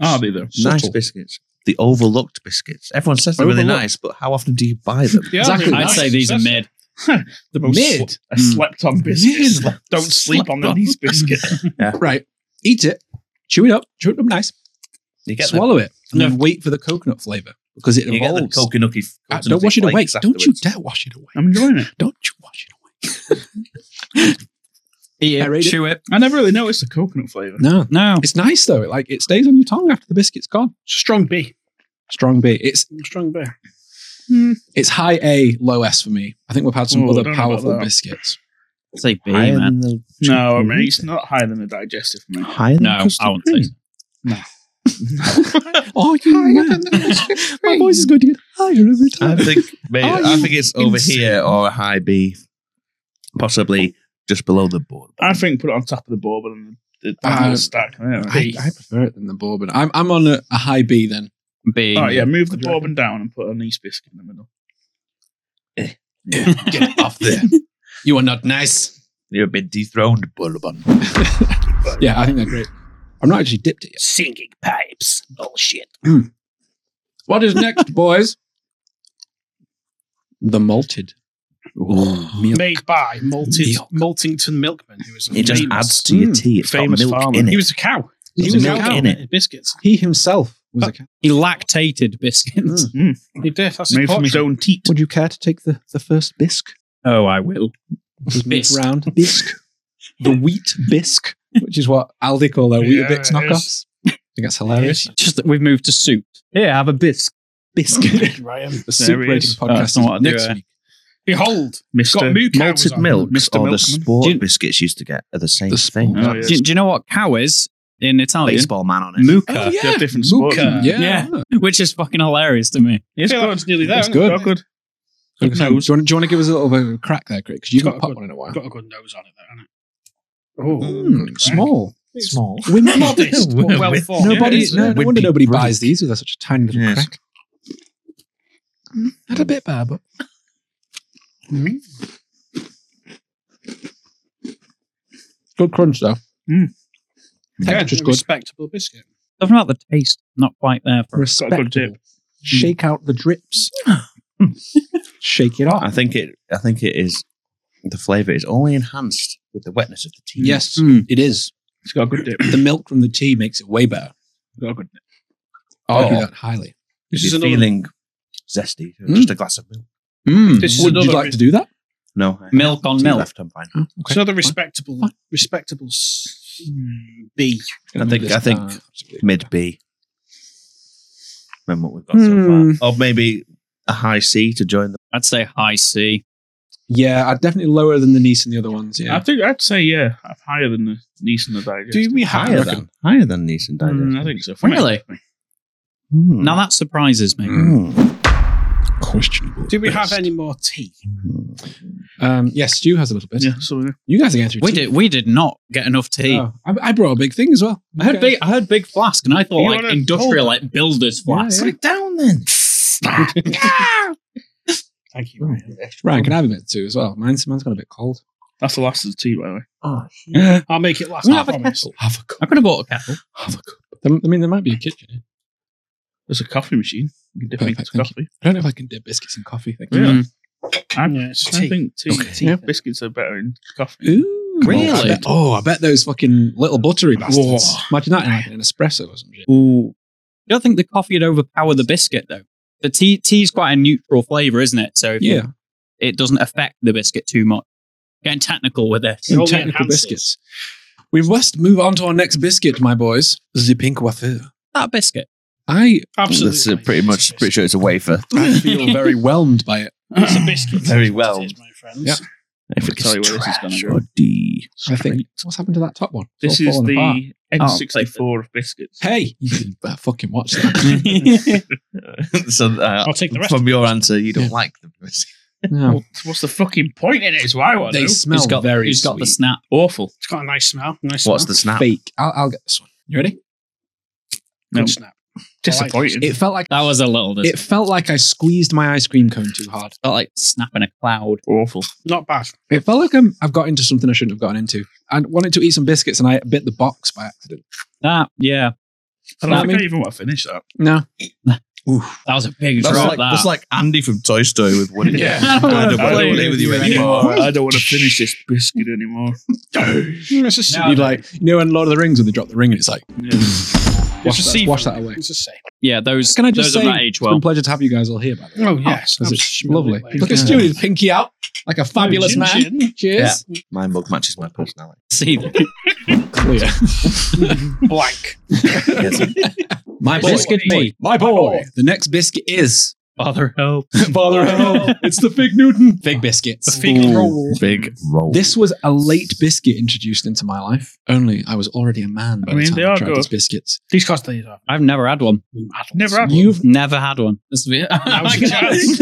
Speaker 6: Are they though?
Speaker 7: Nice
Speaker 3: Subtle.
Speaker 7: biscuits. The overlooked biscuits. Everyone says they're really
Speaker 3: Overlooked.
Speaker 7: nice, but how often do you buy them?
Speaker 4: Yeah,
Speaker 3: Exactly.
Speaker 5: I'd say these are mid.
Speaker 6: The most
Speaker 3: Mid. Mm.
Speaker 6: sl- a slept on biscuit. Don't sleep on the nice biscuit.
Speaker 3: Right. Eat it, chew it up, chew it up nice,
Speaker 7: You get
Speaker 3: swallow it, and
Speaker 5: No.
Speaker 3: then wait for the coconut flavor because it
Speaker 7: the, you get the
Speaker 3: evolves.
Speaker 7: coconutty.
Speaker 3: Ah,
Speaker 7: coconutty
Speaker 3: don't wash it away.
Speaker 7: flakes
Speaker 3: Don't you
Speaker 7: afterwards.
Speaker 3: dare wash it away.
Speaker 6: I'm enjoying it.
Speaker 3: Don't you wash it away.
Speaker 5: Eat it,
Speaker 3: Aerated.
Speaker 5: chew it.
Speaker 6: I never really noticed the coconut flavour.
Speaker 3: No.
Speaker 5: No.
Speaker 3: It's nice though. It, like it stays on your tongue after the biscuit's gone.
Speaker 4: Strong B.
Speaker 3: Strong B. It's
Speaker 4: Strong B. Hmm.
Speaker 3: it's high A, low S for me. I think we've had some
Speaker 6: Oh, I
Speaker 3: other
Speaker 6: don't know about
Speaker 3: powerful
Speaker 6: that.
Speaker 3: biscuits.
Speaker 5: Say B,
Speaker 7: Higher
Speaker 5: man.
Speaker 7: than the
Speaker 6: No, I
Speaker 7: chocolate,
Speaker 6: mean, it's
Speaker 7: isn't it?
Speaker 6: not higher than the digestive. Man.
Speaker 7: Higher than
Speaker 5: No,
Speaker 7: custard
Speaker 5: I wouldn't
Speaker 7: cream.
Speaker 5: say
Speaker 3: Oh, you mad. My voice is going to get higher every
Speaker 7: I
Speaker 3: time.
Speaker 7: think maybe,
Speaker 3: Are
Speaker 7: I
Speaker 3: you
Speaker 7: think it's over
Speaker 3: insane?
Speaker 7: here or a high B, possibly just below the board.
Speaker 6: I think put it on top of the bourbon and the, the
Speaker 3: Uh,
Speaker 6: whole stack. there.
Speaker 3: I, I prefer it than the bourbon. I'm I'm on a, a high B then.
Speaker 5: B.
Speaker 6: Oh yeah, move the
Speaker 3: What do you
Speaker 6: bourbon down and put a nice biscuit in the middle.
Speaker 3: Get off there. You are not nice.
Speaker 7: You've been dethroned, Bourbon.
Speaker 3: Yeah, I think they're great. I've not actually dipped it yet. Hmm.
Speaker 4: Singing pipes. Bullshit.
Speaker 3: What is next, boys? The malted. Milk.
Speaker 4: Made by Malted,
Speaker 3: Milk.
Speaker 4: Maltington Milkman, who was a
Speaker 7: It just
Speaker 4: famous-
Speaker 7: adds to your
Speaker 3: Mm.
Speaker 7: tea. It's got
Speaker 6: Famous
Speaker 7: milk
Speaker 6: farmer.
Speaker 7: in
Speaker 4: He
Speaker 7: it.
Speaker 4: was a cow.
Speaker 3: He
Speaker 7: There's
Speaker 3: was
Speaker 7: milk
Speaker 3: a cow.
Speaker 7: in it.
Speaker 4: Biscuits.
Speaker 3: He himself was a cow.
Speaker 5: He lactated biscuits.
Speaker 4: He did. That's his
Speaker 6: Made from his
Speaker 4: portrait.
Speaker 6: own teat.
Speaker 3: Would you care to take the, the first bisque?
Speaker 5: Oh, I will. Bisque.
Speaker 3: round bisque. the wheat bisque, which is what Aldi call their wheat
Speaker 4: Yeah,
Speaker 3: bits
Speaker 4: it
Speaker 3: knockoffs. I think that's hilarious.
Speaker 5: Just that we've moved to soup. Yeah, have a bisque.
Speaker 3: Bisque.
Speaker 4: Ryan.
Speaker 3: the Super
Speaker 6: it
Speaker 3: Rating
Speaker 6: is.
Speaker 5: Oh,
Speaker 3: podcast
Speaker 5: that's
Speaker 3: is
Speaker 5: not what I do,
Speaker 3: next
Speaker 5: eh?
Speaker 3: week.
Speaker 4: um, Behold, got
Speaker 6: Mister
Speaker 4: moo cows
Speaker 7: Malted
Speaker 4: on
Speaker 7: milk
Speaker 6: Mr.
Speaker 7: or
Speaker 6: Milkman.
Speaker 7: the sport
Speaker 5: Do you-
Speaker 7: biscuits used to get are the same
Speaker 3: The
Speaker 7: thing.
Speaker 3: sport.
Speaker 6: Oh, yeah.
Speaker 5: Do, do you know what cow is in Italian?
Speaker 7: Baseball man on it.
Speaker 5: Mucca,
Speaker 3: Oh,
Speaker 6: They
Speaker 3: yeah.
Speaker 6: have different sports.
Speaker 4: Mooka.
Speaker 6: isn't it?
Speaker 3: Yeah.
Speaker 5: Yeah. which is fucking hilarious to me.
Speaker 4: It's good. One's nearly there.
Speaker 3: It's
Speaker 4: hasn't it?
Speaker 3: good.
Speaker 6: Oh, good.
Speaker 3: Do, you want, do you want to give us a little bit of a crack there, Craig? Because you've
Speaker 4: Got
Speaker 3: not
Speaker 4: a
Speaker 3: popped
Speaker 4: good-
Speaker 3: one in a while.
Speaker 4: Got a good nose on it, there, hasn't it? Oh,
Speaker 3: Mm, small.
Speaker 7: Small.
Speaker 3: Women.
Speaker 4: modest, but well formed.
Speaker 3: Nobody,
Speaker 6: Yeah,
Speaker 3: no,
Speaker 7: it
Speaker 3: no
Speaker 7: would
Speaker 3: wonder
Speaker 7: be
Speaker 3: nobody
Speaker 7: great.
Speaker 3: buys these with such a tiny little
Speaker 7: Yes.
Speaker 3: crack. Mm, Not a bit Mm. bad, but good crunch though.
Speaker 4: Yeah,
Speaker 3: Texture's
Speaker 4: a
Speaker 3: good.
Speaker 4: respectable biscuit.
Speaker 5: Something about the taste, not quite there for
Speaker 6: Got a good dip.
Speaker 3: Respectable. Shake out the drips. Shake it
Speaker 7: I
Speaker 3: off.
Speaker 7: think it. I think it is. The flavour is only enhanced with the wetness of the tea.
Speaker 3: Yes,
Speaker 5: Mm.
Speaker 3: it is.
Speaker 6: It's got a good dip.
Speaker 3: The milk from the tea makes it way better.
Speaker 6: Got a good dip.
Speaker 3: I argue
Speaker 7: Oh.
Speaker 3: that highly.
Speaker 4: This
Speaker 7: If
Speaker 4: is
Speaker 7: you're
Speaker 4: another-
Speaker 7: feeling zesty,
Speaker 3: Mm.
Speaker 7: just a glass of milk.
Speaker 4: This is
Speaker 3: Would you
Speaker 4: another
Speaker 3: like to do that?
Speaker 7: No I-
Speaker 5: milk on
Speaker 7: tea
Speaker 5: milk.
Speaker 7: Left, I'm fine.
Speaker 3: Oh,
Speaker 4: It's
Speaker 3: okay.
Speaker 4: another respectable,
Speaker 3: Fine.
Speaker 4: respectable s- mm, B.
Speaker 7: I think. I think.
Speaker 3: Uh,
Speaker 7: mid B. Than what we've got so far, or maybe a high C to join the.
Speaker 5: I'd say high C.
Speaker 3: yeah, I'd definitely lower than the niece and the other ones.
Speaker 6: I
Speaker 3: Yeah,
Speaker 6: think I'd say yeah, I'm higher than the niece and the digestive.
Speaker 4: we have
Speaker 7: higher than higher than Neeson Digest.
Speaker 6: Mm, I think so. For me.
Speaker 5: Really? Now that surprises
Speaker 6: Mm.
Speaker 5: me.
Speaker 3: Questionable.
Speaker 4: Do we have any more tea?
Speaker 3: Um, yes, Stu has a little bit.
Speaker 6: Yeah, so yeah.
Speaker 3: You guys are going through.
Speaker 5: We
Speaker 3: tea.
Speaker 5: did we did not get enough tea.
Speaker 3: Oh, I, I brought a big thing as well.
Speaker 5: I heard
Speaker 3: Okay.
Speaker 5: big I heard big flask and I thought
Speaker 6: You
Speaker 5: like
Speaker 6: wanna-
Speaker 5: industrial like builder's flask.
Speaker 7: Put it down then.
Speaker 4: Thank you.
Speaker 3: Ryan, can I have a bit too as well? Mine's mine's got a bit cold.
Speaker 6: That's the last of the tea, by the way.
Speaker 4: I'll make it last.
Speaker 5: We
Speaker 4: I
Speaker 5: have a
Speaker 4: promise.
Speaker 3: Have a cup.
Speaker 5: I could have bought a kettle.
Speaker 3: Have a cup. There- I mean, there might be a kitchen. here.
Speaker 6: There's a coffee machine. You can dip it
Speaker 3: Perfect,
Speaker 6: into
Speaker 3: thank
Speaker 6: coffee.
Speaker 3: I don't know if I can dip biscuits and coffee. Thank you.
Speaker 6: Yeah.
Speaker 5: Mm.
Speaker 6: I'm-
Speaker 4: Yeah, it's
Speaker 6: I
Speaker 4: tea.
Speaker 6: think tea,
Speaker 4: Tea.
Speaker 6: yeah, biscuits are better in coffee.
Speaker 3: Ooh,
Speaker 5: Really?
Speaker 3: I bet- oh, I bet those fucking little buttery bastards.
Speaker 5: Whoa.
Speaker 3: Imagine that in like an espresso or some shit.
Speaker 5: Ooh. I don't think the coffee would overpower the biscuit though. The tea tea's quite a neutral flavour, isn't it? So if you-
Speaker 3: Yeah,
Speaker 5: it doesn't affect the biscuit too much. Getting technical with this.
Speaker 4: It
Speaker 3: some
Speaker 4: only
Speaker 3: technical
Speaker 4: enhances.
Speaker 3: biscuits. We must move on to our next biscuit, my boys. The pink wafer.
Speaker 5: That biscuit.
Speaker 3: I
Speaker 4: Absolutely.
Speaker 7: That's uh, pretty much pretty sure it's a wafer.
Speaker 3: I feel very whelmed by it.
Speaker 4: It's a biscuit.
Speaker 7: Very
Speaker 4: It
Speaker 7: well.
Speaker 4: is, my friends.
Speaker 3: Yeah.
Speaker 7: If
Speaker 6: I'll tell you where this is
Speaker 7: trash
Speaker 6: gonna go.
Speaker 7: or D.
Speaker 3: I think what's happened to that top one? It's
Speaker 6: This
Speaker 3: all
Speaker 6: is
Speaker 3: fallen apart.
Speaker 6: the N64 of biscuits.
Speaker 3: hey. You can uh, fucking watch that.
Speaker 7: so uh,
Speaker 4: I'll take the rest.
Speaker 7: from your answer, you don't like the biscuit.
Speaker 3: No,
Speaker 6: What's the fucking point in it? Is why I want to
Speaker 3: they
Speaker 6: know.
Speaker 3: smell
Speaker 5: who's got,
Speaker 3: very
Speaker 5: who's got the
Speaker 3: sweet.
Speaker 5: snap?
Speaker 6: awful.
Speaker 4: It's got a nice smell. Nice
Speaker 7: What's
Speaker 4: smell.
Speaker 7: the snap?
Speaker 3: fake. I'll, I'll get this one. You ready?
Speaker 4: Good
Speaker 6: No.
Speaker 4: snap.
Speaker 6: Disappointing.
Speaker 3: It felt like
Speaker 5: That was a little dis-
Speaker 3: it felt like I squeezed my ice cream cone too hard.
Speaker 5: felt like snapping a cloud.
Speaker 6: awful.
Speaker 4: Not bad.
Speaker 3: It felt like I'm, I've got into something I shouldn't have gotten into. I wanted to eat some biscuits and I bit the box by accident.
Speaker 5: That yeah. That
Speaker 6: I don't think
Speaker 5: mean-
Speaker 6: I even want to finish that.
Speaker 3: No.
Speaker 5: That was a big
Speaker 7: That's
Speaker 5: drop.
Speaker 7: like,
Speaker 5: that.
Speaker 7: that's like Andy from Toy Story with Woody.
Speaker 6: Yeah.
Speaker 5: I don't
Speaker 7: I
Speaker 5: wanna
Speaker 7: don't want
Speaker 5: play
Speaker 7: to play with you anymore.
Speaker 6: I don't want to finish this biscuit anymore.
Speaker 4: Mm, It's a
Speaker 5: No.
Speaker 3: You'd like, you know, in Lord of the Rings when they drop the ring and it's like, wash,
Speaker 4: It's a
Speaker 3: that,
Speaker 4: sea
Speaker 3: wash
Speaker 4: foam.
Speaker 3: that away.
Speaker 4: It's a sea.
Speaker 5: yeah, those
Speaker 3: Can I just
Speaker 5: those
Speaker 3: say,
Speaker 5: are not age
Speaker 3: It's been
Speaker 5: well.
Speaker 3: a pleasure to have you guys all here, by the way.
Speaker 4: Oh, yes.
Speaker 3: This is
Speaker 4: absolutely.
Speaker 3: lovely. Look at Stuart, his pinky out like a fabulous
Speaker 4: Gin,
Speaker 3: man.
Speaker 4: gin.
Speaker 3: Cheers.
Speaker 7: My mug matches my personality.
Speaker 5: See that.
Speaker 3: Clear.
Speaker 4: Blank.
Speaker 3: My boy.
Speaker 5: Biscuit me.
Speaker 3: My boy. The next biscuit is
Speaker 5: Father help.
Speaker 3: Father Hell. It's the Fig Newton. Fig biscuits.
Speaker 4: Fig roll.
Speaker 7: Big roll.
Speaker 3: This was a late biscuit introduced into my life. Only I was already a man by
Speaker 6: I mean,
Speaker 3: the
Speaker 6: they
Speaker 3: time I
Speaker 6: are
Speaker 3: tried
Speaker 6: good.
Speaker 3: these biscuits.
Speaker 4: These cost these are
Speaker 5: I've never had one.
Speaker 4: adults.
Speaker 6: Never had
Speaker 3: You've
Speaker 5: Never had one. This is-
Speaker 4: was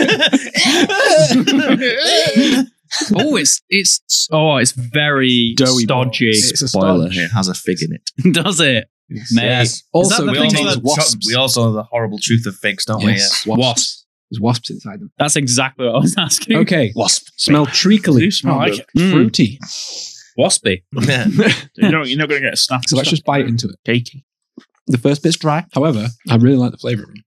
Speaker 4: a
Speaker 5: oh, it's it's oh, it's very
Speaker 3: Doughy
Speaker 5: stodgy.
Speaker 3: balls. It's a
Speaker 7: Spoiler
Speaker 3: sponge.
Speaker 7: here has a fig in it.
Speaker 5: Does it? Mate.
Speaker 3: Also,
Speaker 5: that the
Speaker 7: we,
Speaker 5: thing that
Speaker 7: all know the
Speaker 3: wasps?
Speaker 7: we also know the horrible truth of figs, don't
Speaker 3: Yes,
Speaker 7: we?
Speaker 3: wasps.
Speaker 5: Wasps.
Speaker 3: There's wasps inside them.
Speaker 5: That's exactly what I was asking.
Speaker 3: Okay.
Speaker 7: Wasp.
Speaker 3: Smell treacly.
Speaker 6: smell
Speaker 4: I like
Speaker 6: good.
Speaker 4: it.
Speaker 5: Mm.
Speaker 3: Fruity.
Speaker 5: Waspy.
Speaker 7: Yeah.
Speaker 6: You don't, you're not going to get a snap.
Speaker 3: So let's just bite into it.
Speaker 6: cakey.
Speaker 3: The first bit's dry. However, I really like the flavour of it.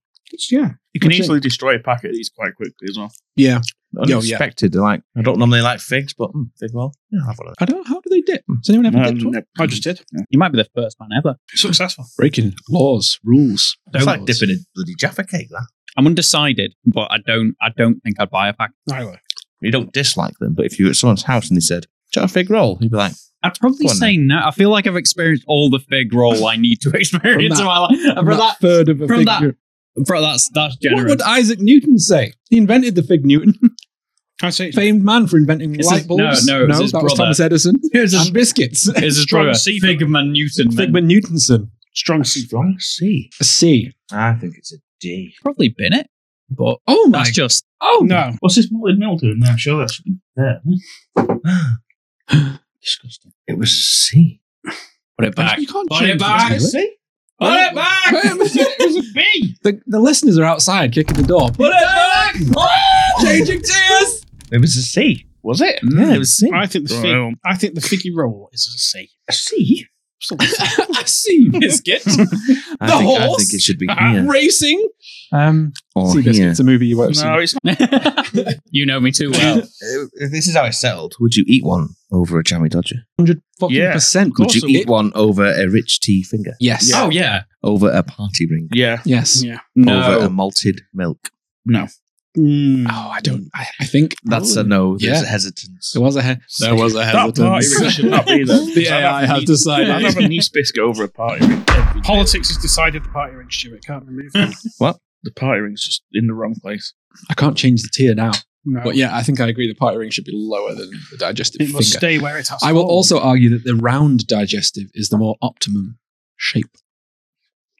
Speaker 3: Yeah.
Speaker 6: You can
Speaker 3: What's it?
Speaker 6: easily destroy a packet of these quite quickly as well.
Speaker 3: Yeah. yeah.
Speaker 7: Unexpected. Like I don't normally like figs, but mm, fig roll. Yeah, I'll have one of
Speaker 3: I don't how do they dip? Does anyone ever dip?
Speaker 6: Um,
Speaker 3: one?
Speaker 4: I just did.
Speaker 5: You might be the first man ever.
Speaker 4: Successful.
Speaker 3: Breaking laws, rules.
Speaker 7: those. It's like
Speaker 3: Laws.
Speaker 7: dipping a bloody jaffa cake. That
Speaker 5: I'm undecided, but I don't I don't think I'd buy a pack.
Speaker 4: I will.
Speaker 7: you don't dislike them, but if you were at someone's house and they said, "Do you want a fig roll?" you'd be like,
Speaker 5: I'd probably
Speaker 7: Go on
Speaker 5: say no. I feel like I've experienced all the fig roll I need to experience
Speaker 3: that-
Speaker 5: in my life. And
Speaker 3: From
Speaker 5: From
Speaker 3: that
Speaker 5: that,
Speaker 3: third of a
Speaker 5: from
Speaker 3: fig.
Speaker 5: that-
Speaker 3: Newton.
Speaker 5: bro, that's that's
Speaker 3: What
Speaker 5: generous.
Speaker 3: would Isaac Newton say? He invented the fig Newton,
Speaker 4: I'd say it's
Speaker 3: famed man for inventing
Speaker 5: This
Speaker 3: light
Speaker 5: is-
Speaker 3: bulbs.
Speaker 5: no, no, it's his
Speaker 3: that was
Speaker 5: brother. Ah.
Speaker 3: Thomas Edison.
Speaker 5: Here's
Speaker 3: and biscuits.
Speaker 5: Is
Speaker 4: Strong
Speaker 5: a
Speaker 4: C.
Speaker 5: Figman Newton. then.
Speaker 3: Figman Newtonson.
Speaker 4: strong sea.
Speaker 7: "Wrong C."
Speaker 3: A C.
Speaker 7: I think it's a D.
Speaker 5: Probably been it, but
Speaker 3: Oh my!
Speaker 5: that's just
Speaker 3: oh
Speaker 4: No.
Speaker 6: What's this malted mildew? No, I'm sure that's there.
Speaker 7: Disgusting. It was a C.
Speaker 5: put it back.
Speaker 3: You can't
Speaker 5: Put
Speaker 3: change
Speaker 5: it
Speaker 3: the
Speaker 5: back.
Speaker 3: rest of it.
Speaker 5: Put it back.
Speaker 3: The, the listeners are outside kicking the door.
Speaker 5: Put
Speaker 3: uh,
Speaker 5: it back. Changing tears.
Speaker 7: It was a C. Was it? Yeah, Mm, it was a C.
Speaker 4: I think the
Speaker 6: Well.
Speaker 4: fig, I think the figgy roll is a C.
Speaker 7: A C.
Speaker 3: I see biscuits
Speaker 7: I
Speaker 3: The
Speaker 7: think, I
Speaker 3: horse?
Speaker 7: think it should be here.
Speaker 3: Uh, racing. Um,
Speaker 7: Or
Speaker 3: see
Speaker 7: here.
Speaker 3: biscuits. A movie you won't see.
Speaker 6: No, it's not.
Speaker 5: you know me too well.
Speaker 7: Uh, if this is how it's settled, would you eat one over a jammy dodger?
Speaker 3: Hundred fucking
Speaker 6: Yeah.
Speaker 3: percent.
Speaker 7: Would you eat
Speaker 3: It-
Speaker 7: one over a rich tea finger?
Speaker 3: Yes.
Speaker 5: Oh yeah.
Speaker 7: Over a party ring?
Speaker 6: Yeah.
Speaker 3: Yes.
Speaker 4: Yeah.
Speaker 7: Over a malted milk?
Speaker 4: Mm.
Speaker 3: Oh, I don't. I, I think
Speaker 7: That's a
Speaker 3: Ooh.
Speaker 7: no. There's
Speaker 3: Yeah.
Speaker 7: a hesitance.
Speaker 3: There was a he- there was a
Speaker 6: That party ring should not be there.
Speaker 3: the AI has
Speaker 6: I'd have
Speaker 3: decided.
Speaker 6: a nice biscuit over a party ring.
Speaker 4: Politics has decided the party ring, Stuart. Can't remove
Speaker 3: Hmm.
Speaker 4: it.
Speaker 6: The party ring's just in the wrong place.
Speaker 3: I can't change the tier now.
Speaker 4: No.
Speaker 3: But yeah, I think I agree. The party ring should be lower than the digestive
Speaker 4: it
Speaker 3: finger.
Speaker 4: must stay where it has
Speaker 3: I will
Speaker 4: fallen.
Speaker 3: also argue that the round digestive is the more optimum shape.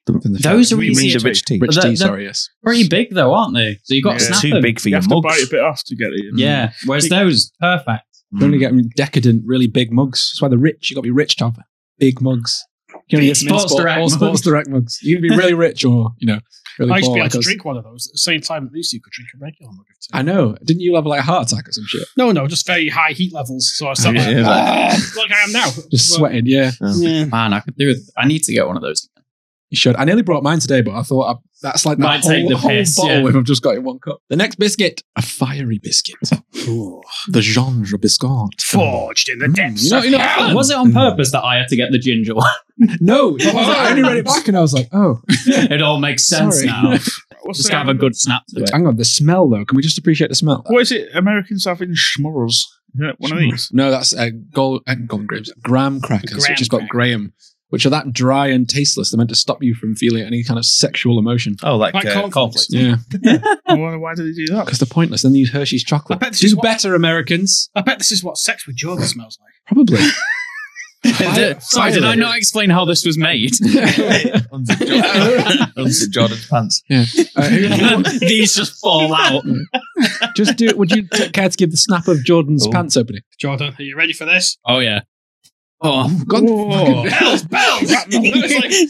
Speaker 7: The-
Speaker 9: Than the
Speaker 5: Those
Speaker 9: fat.
Speaker 5: are
Speaker 9: We mean
Speaker 5: easier.
Speaker 9: the Rich tea.
Speaker 5: But
Speaker 9: Rich
Speaker 5: they're-
Speaker 9: tea,
Speaker 5: they're
Speaker 9: sorry, yes.
Speaker 5: Pretty big though, aren't they? So you got
Speaker 6: Yeah.
Speaker 5: to snap
Speaker 7: too
Speaker 5: them.
Speaker 7: big for
Speaker 6: You
Speaker 7: your
Speaker 6: have to
Speaker 7: mugs.
Speaker 6: bite a bit off to get it.
Speaker 5: Yeah. Whereas those, perfect.
Speaker 3: You only get decadent, really big mugs. That's why they're rich. You got to be rich to have big mugs. You only get some in
Speaker 5: Sports
Speaker 3: sport-
Speaker 5: Direct
Speaker 3: all sports
Speaker 5: mugs.
Speaker 3: direct mugs. You can be really rich or you know really
Speaker 4: I used to
Speaker 3: poor.
Speaker 4: be able
Speaker 3: like
Speaker 4: to
Speaker 3: us.
Speaker 4: drink one of those at the same time at least you could drink a regular mug of tea.
Speaker 3: I know. Didn't you have like a heart attack or some shit?
Speaker 4: No, no, just very high heat levels. So I sat like,
Speaker 7: Yeah, like-
Speaker 4: like I am now.
Speaker 3: Just
Speaker 4: Well,
Speaker 3: sweating. Yeah,
Speaker 4: Yeah.
Speaker 5: Man, I could do it. I need to get one of those.
Speaker 3: you should. I nearly brought mine today, but I thought I, that's like that
Speaker 5: Might
Speaker 3: whole,
Speaker 5: take the
Speaker 3: whole
Speaker 5: piss,
Speaker 3: bottle
Speaker 5: yeah.
Speaker 3: if I've just got it in one cup. The next biscuit, a fiery biscuit. the genre biscuit.
Speaker 4: Forged in the depths.
Speaker 3: Mm, You know, you know,
Speaker 5: again. Was it on purpose that I had to get the ginger one?
Speaker 3: No, it wasn't. I only read it back and I was like, oh,
Speaker 5: it all makes sense
Speaker 3: Sorry.
Speaker 5: now.
Speaker 6: What's
Speaker 5: Just
Speaker 6: the-
Speaker 5: have a good snap to it.
Speaker 3: hang on. The smell though. Can we just appreciate the smell?
Speaker 6: What is it? American Savage Schmurros. Isn't it One of these.
Speaker 3: No, that's uh, gold, uh, golden grapes, graham crackers,
Speaker 4: Graham
Speaker 3: which has got
Speaker 4: cracker.
Speaker 3: graham, which are that dry and tasteless. They're meant to stop you from feeling any kind of sexual emotion.
Speaker 7: Oh, like,
Speaker 4: Like
Speaker 7: uh,
Speaker 4: cornflakes.
Speaker 7: cornflakes.
Speaker 3: Yeah,
Speaker 6: why, why do they do that?
Speaker 3: because they're pointless. Then they use Hershey's chocolate.
Speaker 4: I bet this
Speaker 3: Do
Speaker 4: is what-
Speaker 3: better, Americans.
Speaker 4: I bet this is what sex with Jordan smells like.
Speaker 3: Probably.
Speaker 5: Sorry, did I not explain how this was made?
Speaker 7: Unzip Jordan's pants.
Speaker 3: Uh, who-
Speaker 5: These just fall out.
Speaker 3: just do. Would you take care to give the snap of Jordan's
Speaker 6: Oh.
Speaker 3: pants opening?
Speaker 4: Jordan, are you ready for this?
Speaker 5: Oh yeah. Oh,
Speaker 3: God,
Speaker 4: Whoa.
Speaker 3: fucking-
Speaker 4: bells, bells! It's like,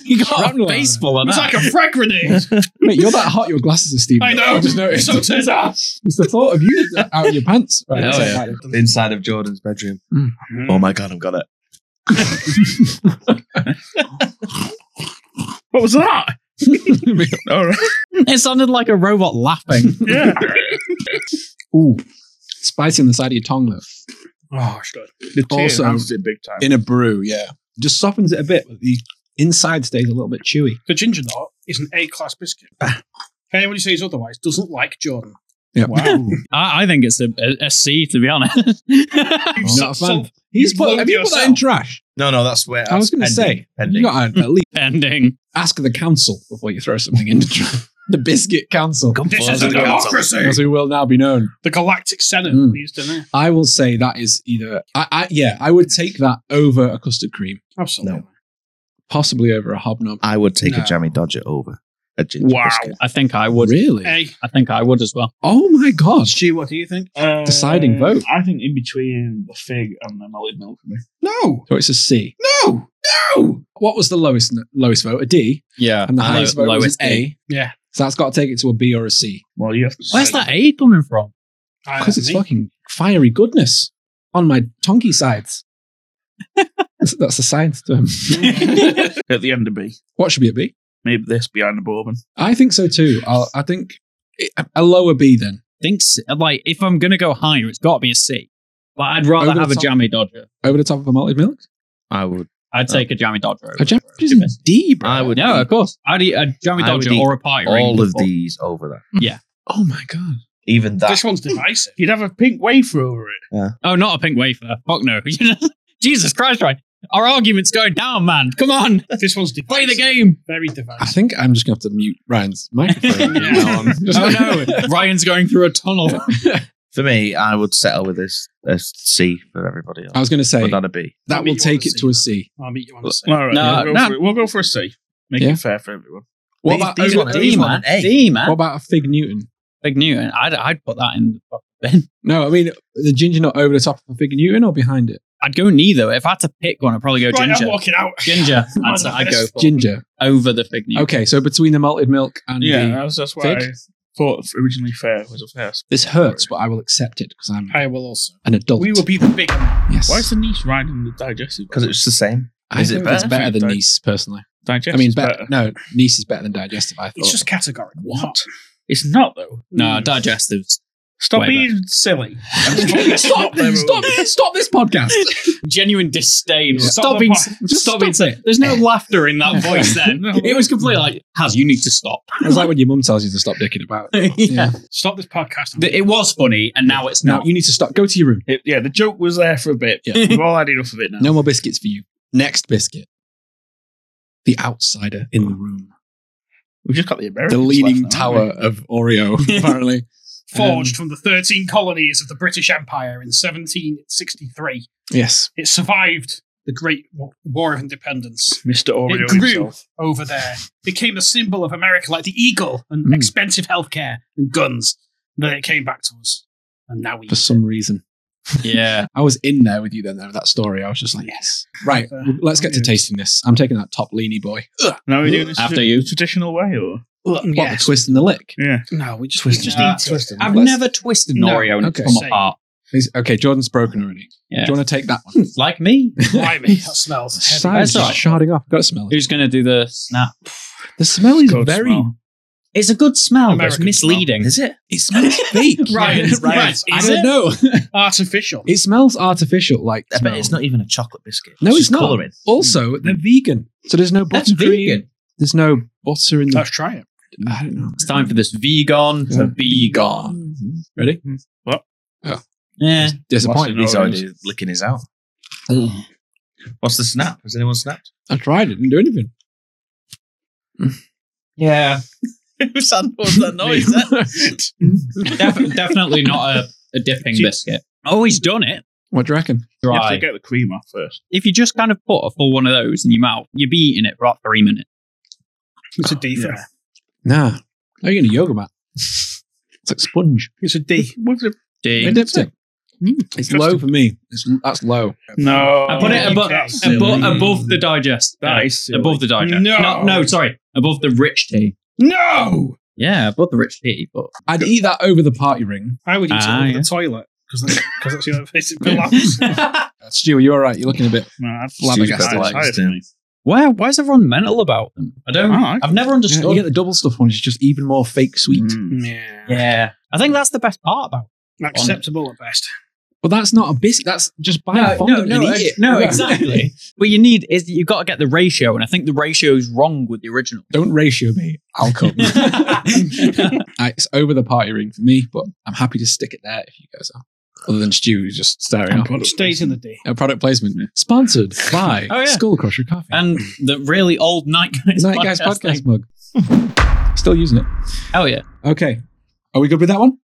Speaker 5: you got
Speaker 3: Shrapnel.
Speaker 5: a baseball on
Speaker 4: it's
Speaker 5: that.
Speaker 4: like a frag grenade.
Speaker 3: Wait, you're that hot. Your glasses are steaming.
Speaker 4: I know.
Speaker 3: I just noticed.
Speaker 4: So turns out.
Speaker 3: it's the thought of you out of your pants. Right,
Speaker 5: Oh,
Speaker 3: so-
Speaker 5: yeah.
Speaker 7: Inside of Jordan's bedroom. Oh my god, I've got it.
Speaker 6: What was that? All right.
Speaker 5: It sounded like a robot laughing.
Speaker 6: Yeah.
Speaker 3: Ooh, spicy on the side of your tongue though.
Speaker 4: Oh, good.
Speaker 6: The tea
Speaker 3: Also-
Speaker 6: enhanced it big time.
Speaker 3: in a brew, yeah. Just softens it a bit, but the inside stays a little bit chewy.
Speaker 4: The ginger nut is an A-class biscuit.
Speaker 3: Ah.
Speaker 4: Anyone who says otherwise doesn't like Jordan.
Speaker 3: Yeah.
Speaker 4: Wow.
Speaker 5: I, I think it's a, a, a C, to be honest.
Speaker 3: Not a fan.
Speaker 4: So-
Speaker 3: He's
Speaker 4: you
Speaker 3: put,
Speaker 4: load
Speaker 3: have you put that in
Speaker 4: yourself.
Speaker 3: trash?
Speaker 7: No, no, that's where
Speaker 3: I was going to
Speaker 7: ending-
Speaker 3: say,
Speaker 7: ending.
Speaker 3: you got to at least
Speaker 5: Ending.
Speaker 3: ask the council before you throw something into trash. The biscuit council,
Speaker 4: this is a democracy.
Speaker 3: as we will now be known.
Speaker 4: The Galactic Senate
Speaker 6: Hmm.
Speaker 3: Mm.
Speaker 4: we used to know.
Speaker 3: I will say that is either, I, I yeah, I would take that over a custard cream,
Speaker 4: Absolutely.
Speaker 3: possibly over a hobnob.
Speaker 7: I would take
Speaker 4: No.
Speaker 7: a jammy dodger over a ginger
Speaker 6: Wow.
Speaker 7: biscuit.
Speaker 5: I think I would.
Speaker 3: Really?
Speaker 4: A.
Speaker 5: I think I would as well.
Speaker 3: Oh my god!
Speaker 4: Stu, what do you think?
Speaker 6: Uh,
Speaker 3: Deciding vote.
Speaker 6: I think in between the fig and the melted milk for me.
Speaker 4: No.
Speaker 3: So it's a C.
Speaker 4: No. No.
Speaker 3: What was the lowest lowest vote? A D,
Speaker 5: Yeah.
Speaker 3: and the highest vote was an A.
Speaker 4: Yeah.
Speaker 3: So that's got to take it to a B or a C.
Speaker 6: Well, you have to
Speaker 5: Where's
Speaker 6: decide.
Speaker 5: that A coming from?
Speaker 4: I-
Speaker 3: because it's
Speaker 4: me.
Speaker 3: fucking fiery goodness on my tonky sides. that's, that's a science term.
Speaker 6: At the end of B.
Speaker 3: What should be a B?
Speaker 6: Maybe this behind the bourbon.
Speaker 3: I think so too. I'll, I think a- a lower B then
Speaker 5: think so. like if I'm gonna go higher, it's got to be a C. But I'd rather
Speaker 3: Over the
Speaker 5: have a
Speaker 3: top.
Speaker 5: jammy dodger.
Speaker 3: over the top of a malted milk.
Speaker 7: I would.
Speaker 5: I'd take a jammy dodger. Over
Speaker 3: A jam
Speaker 5: Oh. a
Speaker 3: is
Speaker 5: Ginger
Speaker 3: a
Speaker 5: Biscuit.
Speaker 3: D, bro.
Speaker 7: I would.
Speaker 5: No,
Speaker 7: eat
Speaker 5: of course. I'd eat a jammy
Speaker 7: I would
Speaker 5: dodger
Speaker 7: eat
Speaker 5: or a party ring.
Speaker 7: all of
Speaker 5: before.
Speaker 7: these over that.
Speaker 3: Oh my god!
Speaker 7: Even that.
Speaker 4: This one's divisive.
Speaker 6: You'd have a pink wafer over it.
Speaker 5: Oh, not a pink wafer. Fuck no. Jesus Christ, right? Our argument's going down, man. Come on,
Speaker 4: This one's
Speaker 5: play
Speaker 4: divisive.
Speaker 5: the game.
Speaker 4: Very
Speaker 3: I
Speaker 4: divisive.
Speaker 3: think I'm just gonna have to mute Ryan's microphone.
Speaker 4: Yeah.
Speaker 5: Oh no, Ryan's going through a tunnel.
Speaker 7: For me, I would settle with this a C for everybody
Speaker 3: I
Speaker 7: else.
Speaker 3: was gonna say
Speaker 7: But not a B.
Speaker 3: that will
Speaker 4: Maybe you
Speaker 3: take
Speaker 4: wanna
Speaker 3: it
Speaker 4: see
Speaker 3: to a
Speaker 4: that.
Speaker 3: C.
Speaker 4: I'll meet you on the side.
Speaker 6: All right.
Speaker 5: No,
Speaker 6: we'll, go
Speaker 5: no.
Speaker 6: For, we'll go for a C. Make
Speaker 3: Yeah.
Speaker 6: it fair for everyone.
Speaker 3: What
Speaker 7: These-
Speaker 3: about
Speaker 7: these
Speaker 3: over
Speaker 7: are
Speaker 3: a
Speaker 7: D,
Speaker 3: D?
Speaker 7: man. A.
Speaker 5: D
Speaker 3: What
Speaker 5: man.
Speaker 3: about a fig Newton?
Speaker 5: Big Newton. I'd I'd put that in. the bin.
Speaker 3: No, I mean the ginger nut over the top of a fig Newton or behind it?
Speaker 5: I'd go neither. If I had to pick one, I'd probably go
Speaker 4: Right, I'm
Speaker 5: ginger.
Speaker 4: walking out.
Speaker 5: Ginger.
Speaker 4: on,
Speaker 5: I'd, I'd go for
Speaker 3: Ginger.
Speaker 5: over the fig Newton.
Speaker 3: Okay, so between the malted milk and
Speaker 6: Yeah,
Speaker 3: the-
Speaker 6: that's, that's why
Speaker 3: Fig?
Speaker 6: I thought originally fair was a first.
Speaker 3: this hurts, but I will accept it because I'm
Speaker 4: I will also.
Speaker 3: an adult.
Speaker 4: We will be the big
Speaker 3: Yes.
Speaker 6: Why is the niche riding the digestive?
Speaker 7: Because it's the same.
Speaker 3: I
Speaker 7: Is it
Speaker 3: think
Speaker 7: better?
Speaker 3: It's better than
Speaker 6: Dig-
Speaker 3: Nice, personally.
Speaker 6: digestive.
Speaker 3: I mean, better. No, Nice is better than digestive. I thought.
Speaker 6: Oh.
Speaker 4: It's just categorical. What?
Speaker 6: It's not though.
Speaker 5: No, digestives.
Speaker 6: Stop
Speaker 5: Way
Speaker 6: being silly.
Speaker 3: stop! Stop! Stop this podcast!
Speaker 5: Genuine disdain.
Speaker 4: Yeah. Stop
Speaker 5: Stop
Speaker 4: the
Speaker 5: being.
Speaker 4: po-
Speaker 5: Just stop being silly. There's no laughter in that voice. Then it was completely like, "Has you need to stop."
Speaker 3: It's like when your mum tells you to stop dicking about. It.
Speaker 5: yeah.
Speaker 4: Stop this podcast.
Speaker 5: Th- It was funny, and now it's
Speaker 3: Now
Speaker 5: not.
Speaker 3: you need to stop. Go to your room.
Speaker 6: It- yeah, the joke was there for a bit.
Speaker 3: Yeah.
Speaker 6: We've all had enough of it now.
Speaker 3: No more biscuits for you. Next biscuit. The outsider in the room.
Speaker 6: We've just got the Americans.
Speaker 3: The leaning
Speaker 6: left now, haven't
Speaker 3: tower of Oreo, apparently.
Speaker 4: Forged from
Speaker 6: um,
Speaker 4: the 13 colonies of the British Empire in 1763.
Speaker 3: Yes.
Speaker 4: It survived the Great Wa- War of Independence.
Speaker 6: Mr. Oreo
Speaker 4: it grew
Speaker 6: himself.
Speaker 4: over there, became a symbol of America, like the eagle and
Speaker 3: Mm.
Speaker 4: expensive healthcare and guns. Then it came back to us, and now we.
Speaker 3: for some reason.
Speaker 5: Yeah.
Speaker 3: I was in there with you then, though, with that story. I was just like,
Speaker 4: Yes.
Speaker 3: right,
Speaker 4: Uh,
Speaker 3: let's get to
Speaker 6: yeah.
Speaker 3: tasting this. I'm taking that top leany boy. Ugh,
Speaker 6: Now we're doing this
Speaker 5: After
Speaker 6: tra-
Speaker 5: you.
Speaker 6: traditional way, or
Speaker 3: What, the
Speaker 4: Yes.
Speaker 3: twist and the lick?
Speaker 6: yeah,
Speaker 4: No, we just,
Speaker 3: Twist
Speaker 4: we just
Speaker 5: and-
Speaker 4: need to.
Speaker 5: I've
Speaker 3: Let's-
Speaker 5: never twisted an
Speaker 4: No.
Speaker 5: Oreo and
Speaker 3: Okay.
Speaker 5: it's come
Speaker 4: Same.
Speaker 5: apart.
Speaker 3: He's- okay, Jordan's broken already.
Speaker 5: Yeah.
Speaker 3: Do you want to take that one?
Speaker 5: Like me.
Speaker 4: Blimey, that smells heavy.
Speaker 3: Side's
Speaker 5: That's all
Speaker 3: just sharding off. Got to smell it.
Speaker 5: Who's going to do the snap?
Speaker 3: The smell is
Speaker 6: Good
Speaker 3: very.
Speaker 6: smell.
Speaker 5: It's a good smell, but it's
Speaker 4: American
Speaker 5: misleading.
Speaker 7: Is it?
Speaker 3: It smells fake.
Speaker 4: Ryan's-
Speaker 3: Right.
Speaker 4: Ryan's-
Speaker 3: I
Speaker 4: is
Speaker 3: don't
Speaker 4: it?
Speaker 3: know.
Speaker 4: Artificial.
Speaker 3: It smells artificial. Like
Speaker 7: I bet
Speaker 3: smell.
Speaker 7: it's not even a chocolate biscuit.
Speaker 3: No, it's
Speaker 7: just
Speaker 3: not.
Speaker 7: Colouring.
Speaker 3: Also, they're vegan, so there's no
Speaker 5: That's
Speaker 3: buttercream.
Speaker 5: vegan.
Speaker 3: There's no butter in the.
Speaker 4: Let's try it.
Speaker 3: I don't know.
Speaker 5: It's time for this vegan
Speaker 3: Yeah.
Speaker 5: to be gone.
Speaker 3: Mm-hmm. Ready?
Speaker 5: Yeah.
Speaker 3: Disappointing.
Speaker 7: He's already licking his out. What's the snap? Has anyone snapped?
Speaker 3: I tried it. Didn't do anything.
Speaker 5: Yeah.
Speaker 7: Who's that? What's that noise?
Speaker 5: Def- definitely not a, a dipping
Speaker 6: Gee.
Speaker 5: biscuit. Oh, he's done it.
Speaker 3: What do you reckon?
Speaker 6: you have to
Speaker 5: Dry.
Speaker 6: get the cream off first.
Speaker 5: If you just kind of put a full one of those in your mouth, you'd be eating it for about three minutes.
Speaker 4: It's a D for
Speaker 6: Yeah.
Speaker 4: me.
Speaker 3: Nah. Now you're going to yoga mat. It's like sponge.
Speaker 4: It's a D.
Speaker 6: With the-
Speaker 5: Ding.
Speaker 3: I dipped it. It's
Speaker 6: Interesting.
Speaker 3: low for me. It's, that's low.
Speaker 6: No,
Speaker 5: I put it above,
Speaker 6: Oh, That's
Speaker 5: abo-
Speaker 6: silly.
Speaker 5: above the digest.
Speaker 6: That is silly.
Speaker 5: above the digest.
Speaker 4: No.
Speaker 5: no, no, sorry, above the rich tea.
Speaker 4: No!
Speaker 5: Yeah, above the rich tea. But
Speaker 3: I'd eat that over the party ring.
Speaker 4: I would eat it
Speaker 5: Ah,
Speaker 4: on
Speaker 5: yeah.
Speaker 4: the toilet because that's, that's the only place it belongs.
Speaker 3: Uh, Stu, you're all right. You're looking a bit.
Speaker 6: No, I've
Speaker 3: Flabbergasted.
Speaker 6: I've- I've-
Speaker 7: Like, um,
Speaker 5: why? Why is everyone mental about them? I don't.
Speaker 6: I like
Speaker 5: I've never
Speaker 3: Yeah, you
Speaker 5: understood.
Speaker 3: get the double stuff one. It's just even more fake sweet.
Speaker 6: Mm.
Speaker 4: yeah.
Speaker 5: yeah, I think that's the best part about.
Speaker 4: Acceptable at best.
Speaker 3: But that's not a biscuit. That's just buy a fondant and eat it.
Speaker 5: no, exactly. what you need is you've got to get the ratio, and I think the ratio is wrong with the original.
Speaker 3: Don't ratio me. I'll come. I, it's over the party ring for me, but I'm happy to stick it there if you guys are. Other than Stu, who's just staring
Speaker 6: And
Speaker 3: up.
Speaker 6: product
Speaker 4: Stays in the D.
Speaker 3: A product placement sponsored by
Speaker 5: Oh, yeah.
Speaker 3: Skull Crusher Coffee.
Speaker 5: and the really old Night Guys
Speaker 3: Night Guys
Speaker 5: podcast
Speaker 3: podcast
Speaker 5: thing.
Speaker 3: mug. Still using it.
Speaker 5: Oh yeah.
Speaker 3: Okay. Are we good with that one?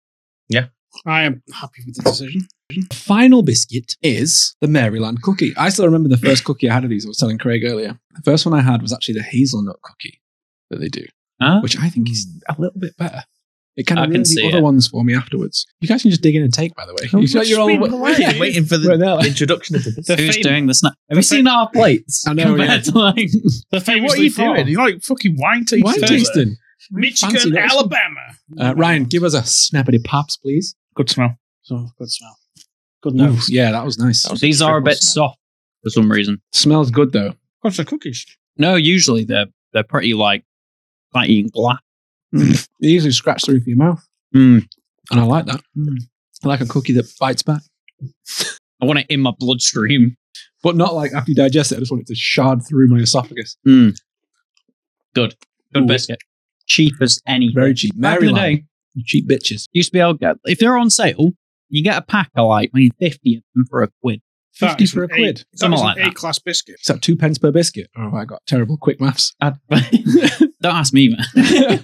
Speaker 4: I am happy with the decision.
Speaker 3: The final biscuit is the Maryland cookie. I still remember the first cookie I had of these. I was telling Craig earlier. The first one I had was actually the hazelnut cookie that they do,
Speaker 5: Huh?
Speaker 3: which I think is a little bit better. It kind
Speaker 5: I
Speaker 3: of
Speaker 5: can
Speaker 3: ruined
Speaker 5: see
Speaker 3: the other
Speaker 5: it. Oh,
Speaker 3: ones for me afterwards. You guys can just dig in and take, by the way. You got your old-
Speaker 7: waiting, waiting for the
Speaker 3: Right there.
Speaker 7: introduction of the biscuit.
Speaker 4: The,
Speaker 5: Who's
Speaker 4: fam-
Speaker 5: doing the snap? Have you seen our plates?
Speaker 3: I know,
Speaker 5: Compared
Speaker 3: yeah.
Speaker 5: to, like,
Speaker 4: the famous
Speaker 6: What are you doing? You're like fucking wine tasting.
Speaker 3: Wine
Speaker 6: Wine
Speaker 3: tasting. Fancy
Speaker 4: Michigan,
Speaker 3: that.
Speaker 4: Alabama.
Speaker 3: Uh, Ryan, give us a snappity pops, please.
Speaker 6: Good smell.
Speaker 4: Oh, good smell. Good nose.
Speaker 3: Ooh, yeah, that was nice.
Speaker 5: these are a
Speaker 7: triple
Speaker 5: bit soft for some reason.
Speaker 3: Smells good though.
Speaker 4: What's the cookies?
Speaker 5: No, usually they're they're pretty like like eating glass.
Speaker 3: They usually scratch through for your mouth,
Speaker 5: Mm.
Speaker 3: and I like that.
Speaker 5: Hmm.
Speaker 3: I like a cookie that bites back.
Speaker 5: I want it in my bloodstream.
Speaker 3: but not like after you digest it. I just want it to shard through my esophagus.
Speaker 5: Mm. Good, good
Speaker 3: Ooh.
Speaker 5: biscuit. Cheap as any.
Speaker 3: Very cheap.
Speaker 5: Back in the
Speaker 3: Maryland,
Speaker 5: day,
Speaker 3: you cheap bitches.
Speaker 5: used to be able to get if they're on sale, you get a pack of like I mean fifty of them for a quid.
Speaker 4: That
Speaker 3: 50
Speaker 4: is
Speaker 3: for
Speaker 4: an
Speaker 3: a quid.
Speaker 4: A, that
Speaker 5: Something
Speaker 4: is
Speaker 5: like
Speaker 4: an
Speaker 5: that.
Speaker 4: A-class biscuit.
Speaker 3: Is that two pence per biscuit? Oh, I got terrible quick maths.
Speaker 5: I- don't ask me, man.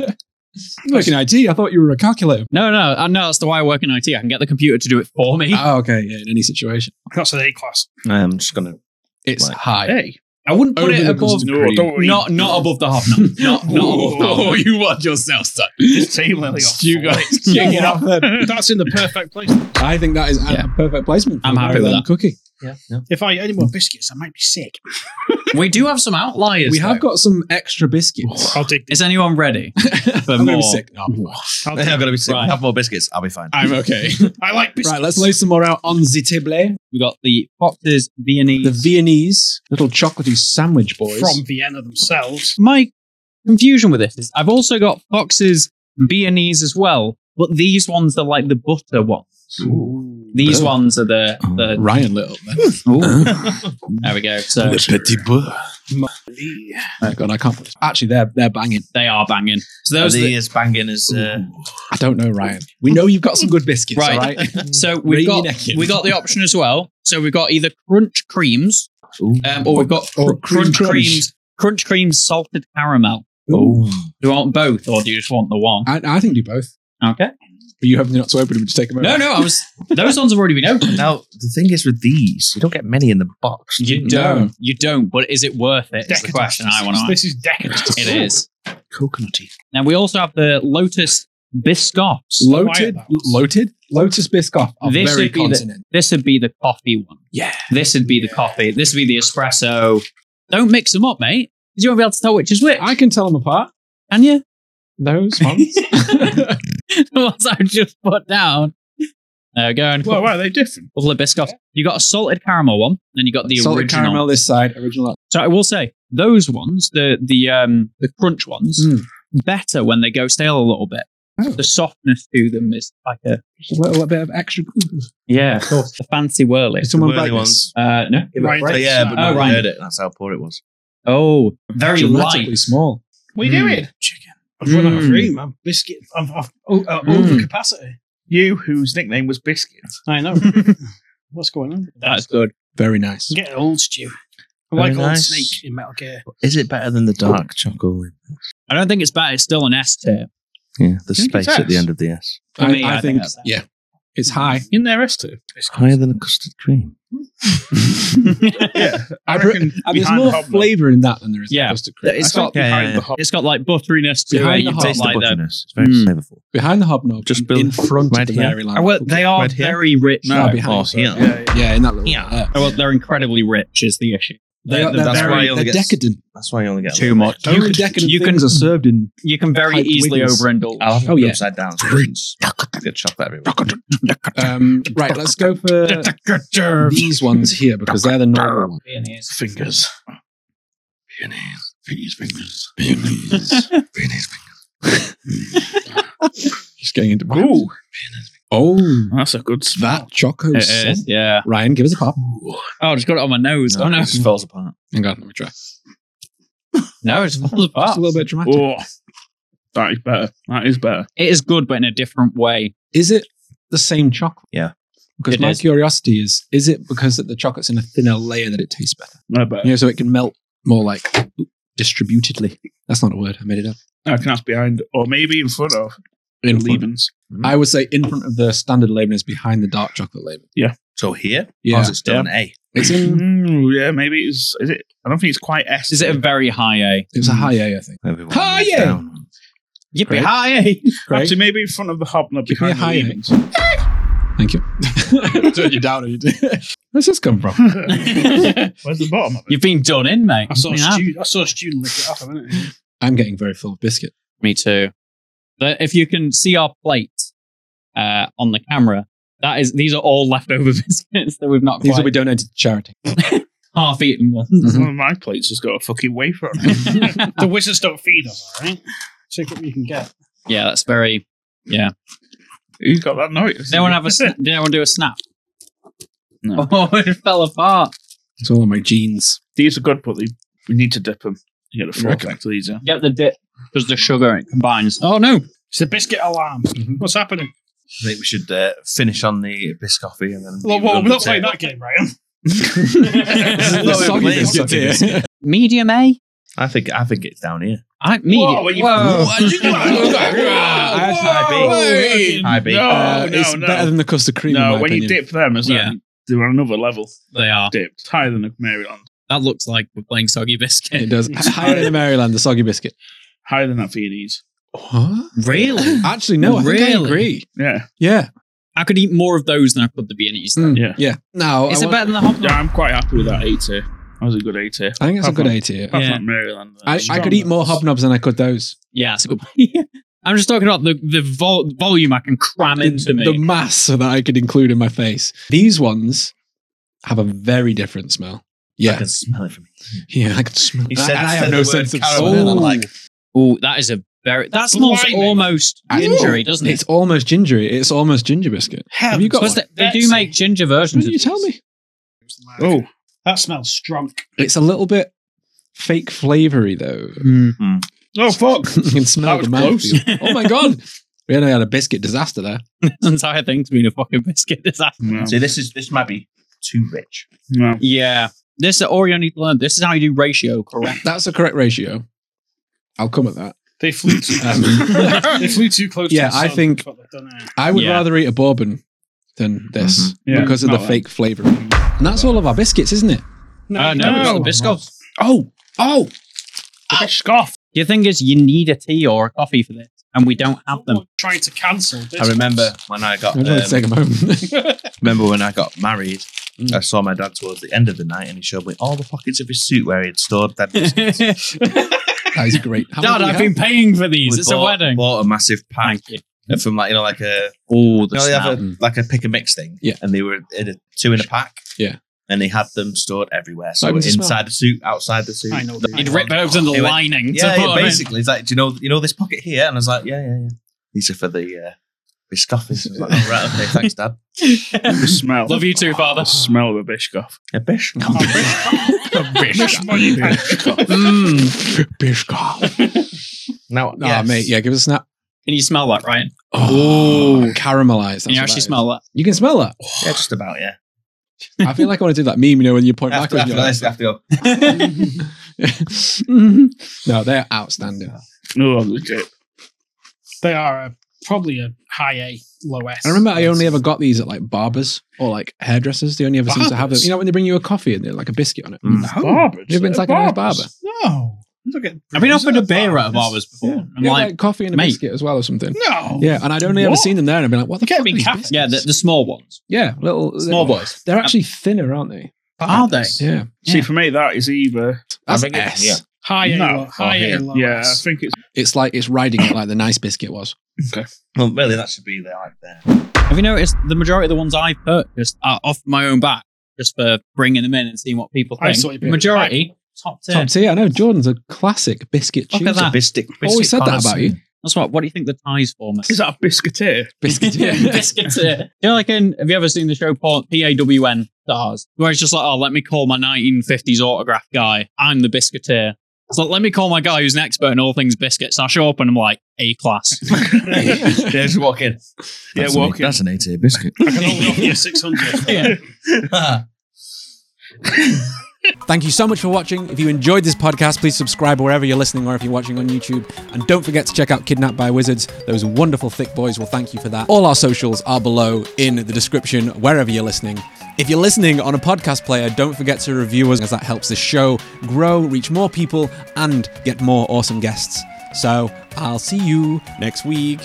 Speaker 3: Working IT, I thought you were a calculator.
Speaker 5: no, no, I know that's the way I work in IT. I can get the computer to do it for me.
Speaker 3: Oh, okay, yeah, in any situation.
Speaker 4: That's an A-class.
Speaker 7: I'm just gonna.
Speaker 3: It's
Speaker 7: Like-
Speaker 3: high.
Speaker 6: Hey,
Speaker 5: I wouldn't put
Speaker 3: Over
Speaker 5: it
Speaker 3: the
Speaker 5: above.
Speaker 3: custom cream.
Speaker 6: don't worry.
Speaker 5: Not not above the hobnob. Not, not above the hobnob. you want yourself, son.
Speaker 6: This table only got
Speaker 5: You guys, check it out.
Speaker 4: That's in the perfect place.
Speaker 3: I think that is a
Speaker 5: Yeah.
Speaker 3: perfect placement for
Speaker 5: I'm
Speaker 3: a
Speaker 5: happy with
Speaker 3: Maryland
Speaker 5: that.
Speaker 3: cookie.
Speaker 7: Yeah. No.
Speaker 4: If I eat any more biscuits, I might be sick.
Speaker 5: We do have some outliers.
Speaker 3: we have
Speaker 5: though.
Speaker 3: got some extra biscuits.
Speaker 4: I'll dig
Speaker 5: Is anyone ready for
Speaker 3: I'm gonna
Speaker 5: more?
Speaker 3: be sick. No, I'm,
Speaker 4: I'll dig
Speaker 7: I'm gonna be sick.
Speaker 5: Right.
Speaker 7: Have more biscuits. I'll be fine.
Speaker 3: I'm okay.
Speaker 4: I like biscuits.
Speaker 3: right, let's lay some more out on the table.
Speaker 5: We got the Foxes Viennese.
Speaker 3: The Viennese little chocolatey sandwich boys.
Speaker 4: From Vienna themselves.
Speaker 5: My confusion with this is I've also got Foxes Viennese as well, but these ones are like the butter ones. These
Speaker 3: Oh.
Speaker 5: ones are the the.
Speaker 3: Ryan Little. then. Uh-huh.
Speaker 5: There we go. So
Speaker 3: Oh God, I can't. believe- Actually, they're they're banging.
Speaker 5: they are banging. So
Speaker 7: Are
Speaker 5: those. Are
Speaker 7: they as banging as? Uh,
Speaker 3: I don't know, Ryan. We know you've got some good biscuits,
Speaker 5: Right.
Speaker 3: all right?
Speaker 5: the- so we've
Speaker 3: Rainy
Speaker 5: got
Speaker 3: necking.
Speaker 5: we got the option as well. So we've got either crunch creams, um, or we've got
Speaker 3: Or Oh,
Speaker 5: cr-
Speaker 3: cream
Speaker 5: crunch
Speaker 3: crunch.
Speaker 5: creams, crunch creams, salted caramel.
Speaker 3: Ooh.
Speaker 5: Do you want both, or do you just want the one?
Speaker 3: I, I think do both.
Speaker 5: Okay.
Speaker 3: Were you hoping not to open them and just take them out?
Speaker 5: No, no, I was. Those ones have already been opened.
Speaker 7: Now the thing is with these, you don't get many in the box.
Speaker 5: You don't. You don't. But is it worth it? Is the
Speaker 4: Decadence.
Speaker 5: question I want to ask.
Speaker 4: This is decadent.
Speaker 5: It is.
Speaker 6: Coconutty.
Speaker 5: Now we also have the Lotus Biscoffs.
Speaker 3: Loaded,
Speaker 4: Quiet box.
Speaker 3: loaded, Lotus Biscoff. Are
Speaker 5: This
Speaker 3: very
Speaker 5: would be the-
Speaker 3: continent.
Speaker 5: This would be the coffee one.
Speaker 3: Yeah.
Speaker 5: This would be the coffee. This would be the espresso. Don't mix them up, mate. 'cause You won't be able to tell which is which,
Speaker 3: I can tell them apart.
Speaker 5: can you?
Speaker 3: Those ones.
Speaker 5: the ones I just put down. There we go. And
Speaker 6: Well, wow, they're different.
Speaker 5: couple of Biscoffs. You got a salted caramel one, and you got the
Speaker 3: Salted
Speaker 5: original.
Speaker 3: caramel this side, original.
Speaker 5: So I will say those ones, the the um the crunch ones,
Speaker 3: Mm.
Speaker 5: better when they go stale a little bit. The softness to them is like a
Speaker 3: Just a little bit of extra.
Speaker 5: yeah, of course, a fancy whirly.
Speaker 3: Did someone
Speaker 7: The
Speaker 3: bite
Speaker 7: whirly
Speaker 3: this?
Speaker 5: Uh, no,
Speaker 4: Right.
Speaker 7: But yeah, but
Speaker 5: Oh,
Speaker 7: no one
Speaker 5: right.
Speaker 7: heard it. That's how poor it was.
Speaker 5: oh, very
Speaker 3: Dramatically
Speaker 5: light.
Speaker 3: small.
Speaker 4: We
Speaker 5: Mm.
Speaker 4: do it. Chicken. I've run out of
Speaker 5: Mm.
Speaker 4: room. I'm biscuit. I'm, I'm o- uh,
Speaker 5: Mm.
Speaker 4: over capacity.
Speaker 6: You, whose nickname was Biscuit.
Speaker 4: I know. What's going on?
Speaker 5: That's good.
Speaker 3: Very nice.
Speaker 4: I'm getting old, Stu. I'm
Speaker 7: Very
Speaker 4: like old
Speaker 7: nice.
Speaker 4: Snake in Metal Gear.
Speaker 7: Is it better than the dark chocolate?
Speaker 5: I don't think it's bad. It's still an S tier.
Speaker 7: Yeah, the
Speaker 6: think it's
Speaker 7: space at the
Speaker 6: S.
Speaker 7: end of the S.
Speaker 5: For me, I think that's-
Speaker 3: yeah, it's high.
Speaker 6: In their S2.
Speaker 7: Higher than a custard cream.
Speaker 6: Yeah.
Speaker 3: I
Speaker 6: I
Speaker 3: re-
Speaker 6: reckon
Speaker 3: And there's
Speaker 6: behind
Speaker 3: more
Speaker 6: Hobnob.
Speaker 3: flavour in that than there is
Speaker 5: Yeah.
Speaker 3: in custard cream.
Speaker 7: It's
Speaker 3: I think
Speaker 7: got- yeah,
Speaker 3: behind
Speaker 7: yeah,
Speaker 3: the
Speaker 7: yeah.
Speaker 3: hob-
Speaker 5: It's got like butteriness to
Speaker 3: Behind the
Speaker 5: it. You've
Speaker 3: hot
Speaker 5: got
Speaker 7: Taste
Speaker 5: like
Speaker 7: the
Speaker 5: the.
Speaker 7: butterness. It's very
Speaker 5: Mm.
Speaker 7: flavourful.
Speaker 3: behind the hobnob, just
Speaker 7: Just
Speaker 3: in
Speaker 7: below-
Speaker 3: front
Speaker 7: right
Speaker 3: of the
Speaker 7: here.
Speaker 3: Dairy Line.
Speaker 5: I will- they are
Speaker 7: Right here?
Speaker 5: very rich.
Speaker 3: No,
Speaker 5: though.
Speaker 3: behind.
Speaker 7: Oh,
Speaker 3: sorry.
Speaker 7: here.
Speaker 3: Yeah, yeah. Yeah, in that little.
Speaker 7: Yeah.
Speaker 3: yeah.
Speaker 5: Oh, well, they're incredibly rich. Is the issue?
Speaker 3: They are,
Speaker 5: They're-
Speaker 3: they're
Speaker 7: that's
Speaker 3: very-
Speaker 7: why you only
Speaker 3: they're
Speaker 7: get-
Speaker 3: decadent.
Speaker 7: That's why you only get
Speaker 5: Too much.
Speaker 3: Only
Speaker 5: You can,
Speaker 3: decadent
Speaker 5: you can
Speaker 3: things are served in.
Speaker 5: you can very
Speaker 3: Hyped
Speaker 5: easily
Speaker 3: wings.
Speaker 5: overindulge.
Speaker 7: I'll have
Speaker 3: Oh,
Speaker 7: oh,
Speaker 3: yeah.
Speaker 7: upside down. so it's Good chocolate everywhere.
Speaker 3: Um, right, let's go for these ones here because they're the normal ones.
Speaker 5: Peonies.
Speaker 6: Fingers.
Speaker 7: Peonies. Peonies fingers. Peonies. Peonies
Speaker 3: Just getting into
Speaker 6: Ooh,
Speaker 3: oh,
Speaker 6: that's a good smell.
Speaker 3: that choco.
Speaker 5: It is, yeah.
Speaker 3: Ryan, give us a pop.
Speaker 5: Oh, I just got it on my nose. oh no,
Speaker 7: This falls apart.
Speaker 3: Hang on, let me try. Just
Speaker 5: no, it's falls apart.
Speaker 3: a little bit dramatic.
Speaker 6: Oh, that is better. That is better.
Speaker 5: It is good, but in a different way.
Speaker 3: Is it the same chocolate?
Speaker 7: Yeah.
Speaker 3: Because
Speaker 5: It
Speaker 3: my
Speaker 5: is.
Speaker 3: curiosity is: is it because that the chocolate's in a thinner layer that it tastes better?
Speaker 6: No better.
Speaker 3: You know, so it can melt more like distributedly. That's not a word. I made it up.
Speaker 6: I can ask behind, or maybe in front of the
Speaker 3: In front.
Speaker 6: leavings.
Speaker 3: I would say in front of the standard label is behind the dark chocolate label.
Speaker 7: So here,
Speaker 3: Yeah,
Speaker 7: ours is still
Speaker 6: Yeah.
Speaker 7: an A.
Speaker 3: it's in.
Speaker 6: Mm, yeah, maybe it's. Is it? I don't think it's quite S.
Speaker 5: Is it a very high A?
Speaker 3: It was a high A, I think.
Speaker 7: Everyone
Speaker 3: Hi,
Speaker 7: moves
Speaker 3: yeah.
Speaker 7: down.
Speaker 5: Yippee
Speaker 3: Great.
Speaker 5: high A.
Speaker 3: Great.
Speaker 6: Actually, maybe in front of the hobnob
Speaker 3: Give me a
Speaker 6: behind the
Speaker 3: high
Speaker 6: leavings.
Speaker 3: Thank you. Turn you down. Where's this come from?
Speaker 6: Where's the bottom of it?
Speaker 5: You've been done in, mate.
Speaker 4: I saw,
Speaker 5: Yeah.
Speaker 4: Stu, I saw Stu lick it up a minute ago.
Speaker 3: I'm getting very full of biscuit.
Speaker 5: Me too. But if you can see our plate uh, on the camera, that is these are all leftover biscuits that we've not
Speaker 3: These will
Speaker 5: quite
Speaker 3: be donated to charity.
Speaker 5: half-eaten ones.
Speaker 6: One of my plates has got a fucking wafer on it.
Speaker 5: Mm-hmm.
Speaker 4: The wizards don't feed us, all right? Take what you can get.
Speaker 5: yeah, that's very.
Speaker 6: Who's got that noise?
Speaker 5: Did anyone have a? Sna- did anyone do a snap?
Speaker 6: No.
Speaker 5: Oh, it fell apart.
Speaker 3: It's all in my jeans.
Speaker 6: These are good, but they, we need to dip them. You get a fork
Speaker 3: Okay.
Speaker 6: back to these. Yeah.
Speaker 5: Get the dip because the sugar it combines. Oh no!
Speaker 4: It's a biscuit alarm. What's happening?
Speaker 7: I think we should uh, finish on the biscoffee and then.
Speaker 4: Well, well, we're not playing that game, Ryan.
Speaker 3: This is
Speaker 7: No,
Speaker 3: the
Speaker 7: it
Speaker 3: soggy
Speaker 7: relates to
Speaker 3: biscuit here.
Speaker 5: Medium A.
Speaker 7: I think I think it's down here.
Speaker 5: I medium.
Speaker 6: Whoa, you-
Speaker 7: That's high B. High B.
Speaker 6: No,
Speaker 3: Uh,
Speaker 6: no,
Speaker 3: it's
Speaker 6: no.
Speaker 3: better than the custard cream. in
Speaker 6: no,
Speaker 3: my
Speaker 6: when you
Speaker 3: opinion.
Speaker 6: dip them, as
Speaker 5: Yeah.
Speaker 6: yeah. they're on another level.
Speaker 5: They are.
Speaker 6: Dipped higher than a Maryland,
Speaker 5: That looks like we're playing soggy
Speaker 3: It
Speaker 5: biscuit.
Speaker 3: does. Higher than the Maryland, the soggy biscuit.
Speaker 6: higher than that Viennese.
Speaker 3: What?
Speaker 5: Really?
Speaker 3: Actually, no, I think I
Speaker 5: Really?
Speaker 3: agree.
Speaker 6: Yeah,
Speaker 3: Yeah.
Speaker 5: I could eat more of those than I could the Viennese. though.
Speaker 3: Mm,
Speaker 6: Yeah.
Speaker 3: Yeah. No,
Speaker 5: Is
Speaker 3: I,
Speaker 5: it
Speaker 3: want-
Speaker 5: better than the hobnob?
Speaker 6: yeah, I'm quite happy with that A tier. That was a good A tier.
Speaker 3: I think it's a good
Speaker 6: Hobnob.
Speaker 3: A tier.
Speaker 6: Apart
Speaker 5: Yeah.
Speaker 6: from Maryland, uh,
Speaker 3: I, I could eat more hobnobs than I could those.
Speaker 5: Yeah, that's a good point. I'm just talking about the, the vol- volume I can cram into me.
Speaker 3: the mass that I could include in my face. These ones have a very different smell.
Speaker 7: I
Speaker 3: Yeah,
Speaker 7: can smell it from here.
Speaker 3: yeah, I can smell.
Speaker 7: He
Speaker 3: I-
Speaker 7: said-
Speaker 3: and I
Speaker 7: said
Speaker 3: have
Speaker 7: the
Speaker 3: no
Speaker 7: word
Speaker 3: sense of
Speaker 7: caramel, and I'm
Speaker 3: smell.
Speaker 7: like-
Speaker 5: oh, that is a very. That smells
Speaker 4: Blimey.
Speaker 5: almost
Speaker 3: I-
Speaker 5: gingery, doesn't
Speaker 3: It's
Speaker 5: it?
Speaker 3: almost gingery. It's almost ginger biscuit. Have you got
Speaker 5: Because
Speaker 3: one?
Speaker 5: they, they do make ginger versions.
Speaker 3: Didn't
Speaker 5: of
Speaker 3: you tell
Speaker 5: these.
Speaker 3: me?
Speaker 6: Oh,
Speaker 4: That smells strong.
Speaker 3: It's a little bit fake flavory though.
Speaker 6: oh fuck!
Speaker 3: you can smell
Speaker 6: That
Speaker 3: the
Speaker 6: was
Speaker 3: mouthfeel. oh my god! We only had a biscuit disaster there.
Speaker 5: This entire thing's been a fucking biscuit disaster.
Speaker 6: No,
Speaker 7: See, this is this might be too rich.
Speaker 6: no.
Speaker 5: Yeah, this is Oreo need to learn. This is how you do ratio correct.
Speaker 3: That's the correct ratio. I'll come at that.
Speaker 4: They flew too. they flew too close.
Speaker 3: Yeah,
Speaker 4: to the
Speaker 3: I
Speaker 4: sun.
Speaker 3: think-
Speaker 4: That's what they've done there.
Speaker 3: I would
Speaker 5: Yeah.
Speaker 3: rather eat a bourbon than this
Speaker 6: Yeah,
Speaker 3: because of the
Speaker 6: not that.
Speaker 3: fake flavour. And that's all of our biscuits, isn't it?
Speaker 4: No,
Speaker 5: Uh, no, it's the Biscoff.
Speaker 6: Oh, oh,
Speaker 4: The scoff.
Speaker 5: The thing is, you need a tea or a coffee for this, and we don't have them.
Speaker 4: Trying to cancel. This.
Speaker 7: I remember when I got
Speaker 3: I just want to
Speaker 7: um,
Speaker 3: take a moment.
Speaker 7: remember when I got married. I saw my dad towards the end of the night, and he showed me all the pockets of his suit where he had stored them.
Speaker 3: that is great. How
Speaker 5: Dad,
Speaker 3: many
Speaker 5: I've
Speaker 3: do you
Speaker 5: been paying for these.
Speaker 7: We
Speaker 5: it's a wedding.
Speaker 7: Bought a massive pack
Speaker 5: Thank you.
Speaker 7: from like you know like a
Speaker 5: Oh, the
Speaker 7: you know, they have
Speaker 5: snap.
Speaker 7: a, like a pick and mix thing.
Speaker 3: Yeah.
Speaker 7: and they were in a, two in a pack.
Speaker 3: Yeah.
Speaker 7: and he had them stored everywhere. So
Speaker 3: Open to smell.
Speaker 7: inside the suit, outside the suit.
Speaker 4: I know. Oh,
Speaker 7: The-
Speaker 4: that.
Speaker 5: He'd rip open the
Speaker 7: He went,
Speaker 5: lining
Speaker 7: Yeah,
Speaker 5: to
Speaker 7: yeah,
Speaker 5: put them in.
Speaker 7: basically, it's like, do you know, you know this pocket here? And I was like, yeah, yeah, yeah. These are for the uh, biscoffins. I was like, oh, right, okay, thanks, Dad.
Speaker 6: the smell.
Speaker 5: Love you too,
Speaker 6: The
Speaker 5: Father.
Speaker 6: smell of a Biscoff.
Speaker 7: A biscoff.
Speaker 5: Mm.
Speaker 3: have? Bishkov.
Speaker 7: Now,
Speaker 3: Ah, mate, yeah, give us a snap.
Speaker 5: Can you smell that, Ryan?
Speaker 3: Oh, caramelized.
Speaker 5: Can you actually smell that?
Speaker 3: You can smell that.
Speaker 7: Yeah, just about, yeah.
Speaker 3: I feel like I want to do that meme, you know, when you point
Speaker 7: After,
Speaker 3: backwards.
Speaker 7: after
Speaker 3: you're like-
Speaker 7: this, after go,
Speaker 3: Mhm. no, they're outstanding.
Speaker 6: No, legit.
Speaker 4: They are a, probably a high A, low S.
Speaker 3: I remember I only ever got these at like barbers or like hairdressers. They only ever seem to have them.
Speaker 4: Barbers?
Speaker 3: You know, when they bring you a coffee and they're like a biscuit on it.
Speaker 7: Mm.
Speaker 6: No. Barbers.
Speaker 3: You've been to like a nice barber.
Speaker 4: No,
Speaker 6: Look at-
Speaker 5: I've been offered a beer at a
Speaker 6: Barbers.
Speaker 5: barber's before. I'm
Speaker 3: Yeah,
Speaker 5: like,
Speaker 3: like coffee and a
Speaker 5: mate.
Speaker 3: biscuit as well or something.
Speaker 4: no.
Speaker 3: Yeah, and I'd only ever
Speaker 4: What?
Speaker 3: seen them there and I'd be like, what the fuck?
Speaker 4: You can't
Speaker 3: Are
Speaker 4: be
Speaker 3: these
Speaker 4: capped.
Speaker 3: biscuits?
Speaker 5: yeah, the, the small ones.
Speaker 3: yeah, little
Speaker 5: Small
Speaker 3: little-
Speaker 5: boys.
Speaker 3: They're actually thinner, aren't they?
Speaker 5: Are they?
Speaker 3: Yeah.
Speaker 6: See, for me, that is either.
Speaker 3: That's
Speaker 7: think it-
Speaker 3: S.
Speaker 7: yeah.
Speaker 4: High A,
Speaker 6: No.
Speaker 4: low, high
Speaker 7: Oh,
Speaker 4: A,
Speaker 7: here.
Speaker 4: low
Speaker 6: Yeah, I
Speaker 4: S.
Speaker 6: think it's.
Speaker 3: It's like it's riding it like the nice biscuit was.
Speaker 7: well, really, that should be there, like there.
Speaker 5: Have you noticed the majority of the ones I purchased are off my own back just for bringing them in and seeing what people
Speaker 4: I
Speaker 5: think?
Speaker 4: saw you put-
Speaker 5: majority, top tier.
Speaker 3: Top tier. I know Jordan's a classic biscuit
Speaker 5: Look at
Speaker 3: chooser.
Speaker 5: that.
Speaker 7: Biscuit.
Speaker 3: Always said that about you.
Speaker 5: That's what. What do you think the ties for? Miss?
Speaker 6: Is that a biscuiteer?
Speaker 3: Biscuit.
Speaker 5: biscuits. You know, like in have you ever seen the show Paul- PAWN stars, where it's just like, oh, let me call my 1950s autograph guy. I'm the biscuiteer. So let me call my guy who's an expert in all things biscuits. And I show up and I'm like A class.
Speaker 7: yeah, just walk in.
Speaker 6: Yeah,
Speaker 7: That's
Speaker 6: walk
Speaker 7: an,
Speaker 6: in.
Speaker 7: That's an A tier biscuit.
Speaker 4: I can only offer you 600.
Speaker 5: yeah.
Speaker 3: Thank you so much for watching. If you enjoyed this podcast, please subscribe wherever you're listening or if you're watching on YouTube. And don't forget to check out Kidnapped by Wizards. Those wonderful thick boys will thank you for that. All our socials are below in the description, wherever you're listening. If you're listening on a podcast player, don't forget to review us as that helps the show grow, reach more people, and get more awesome guests. So I'll see you next week.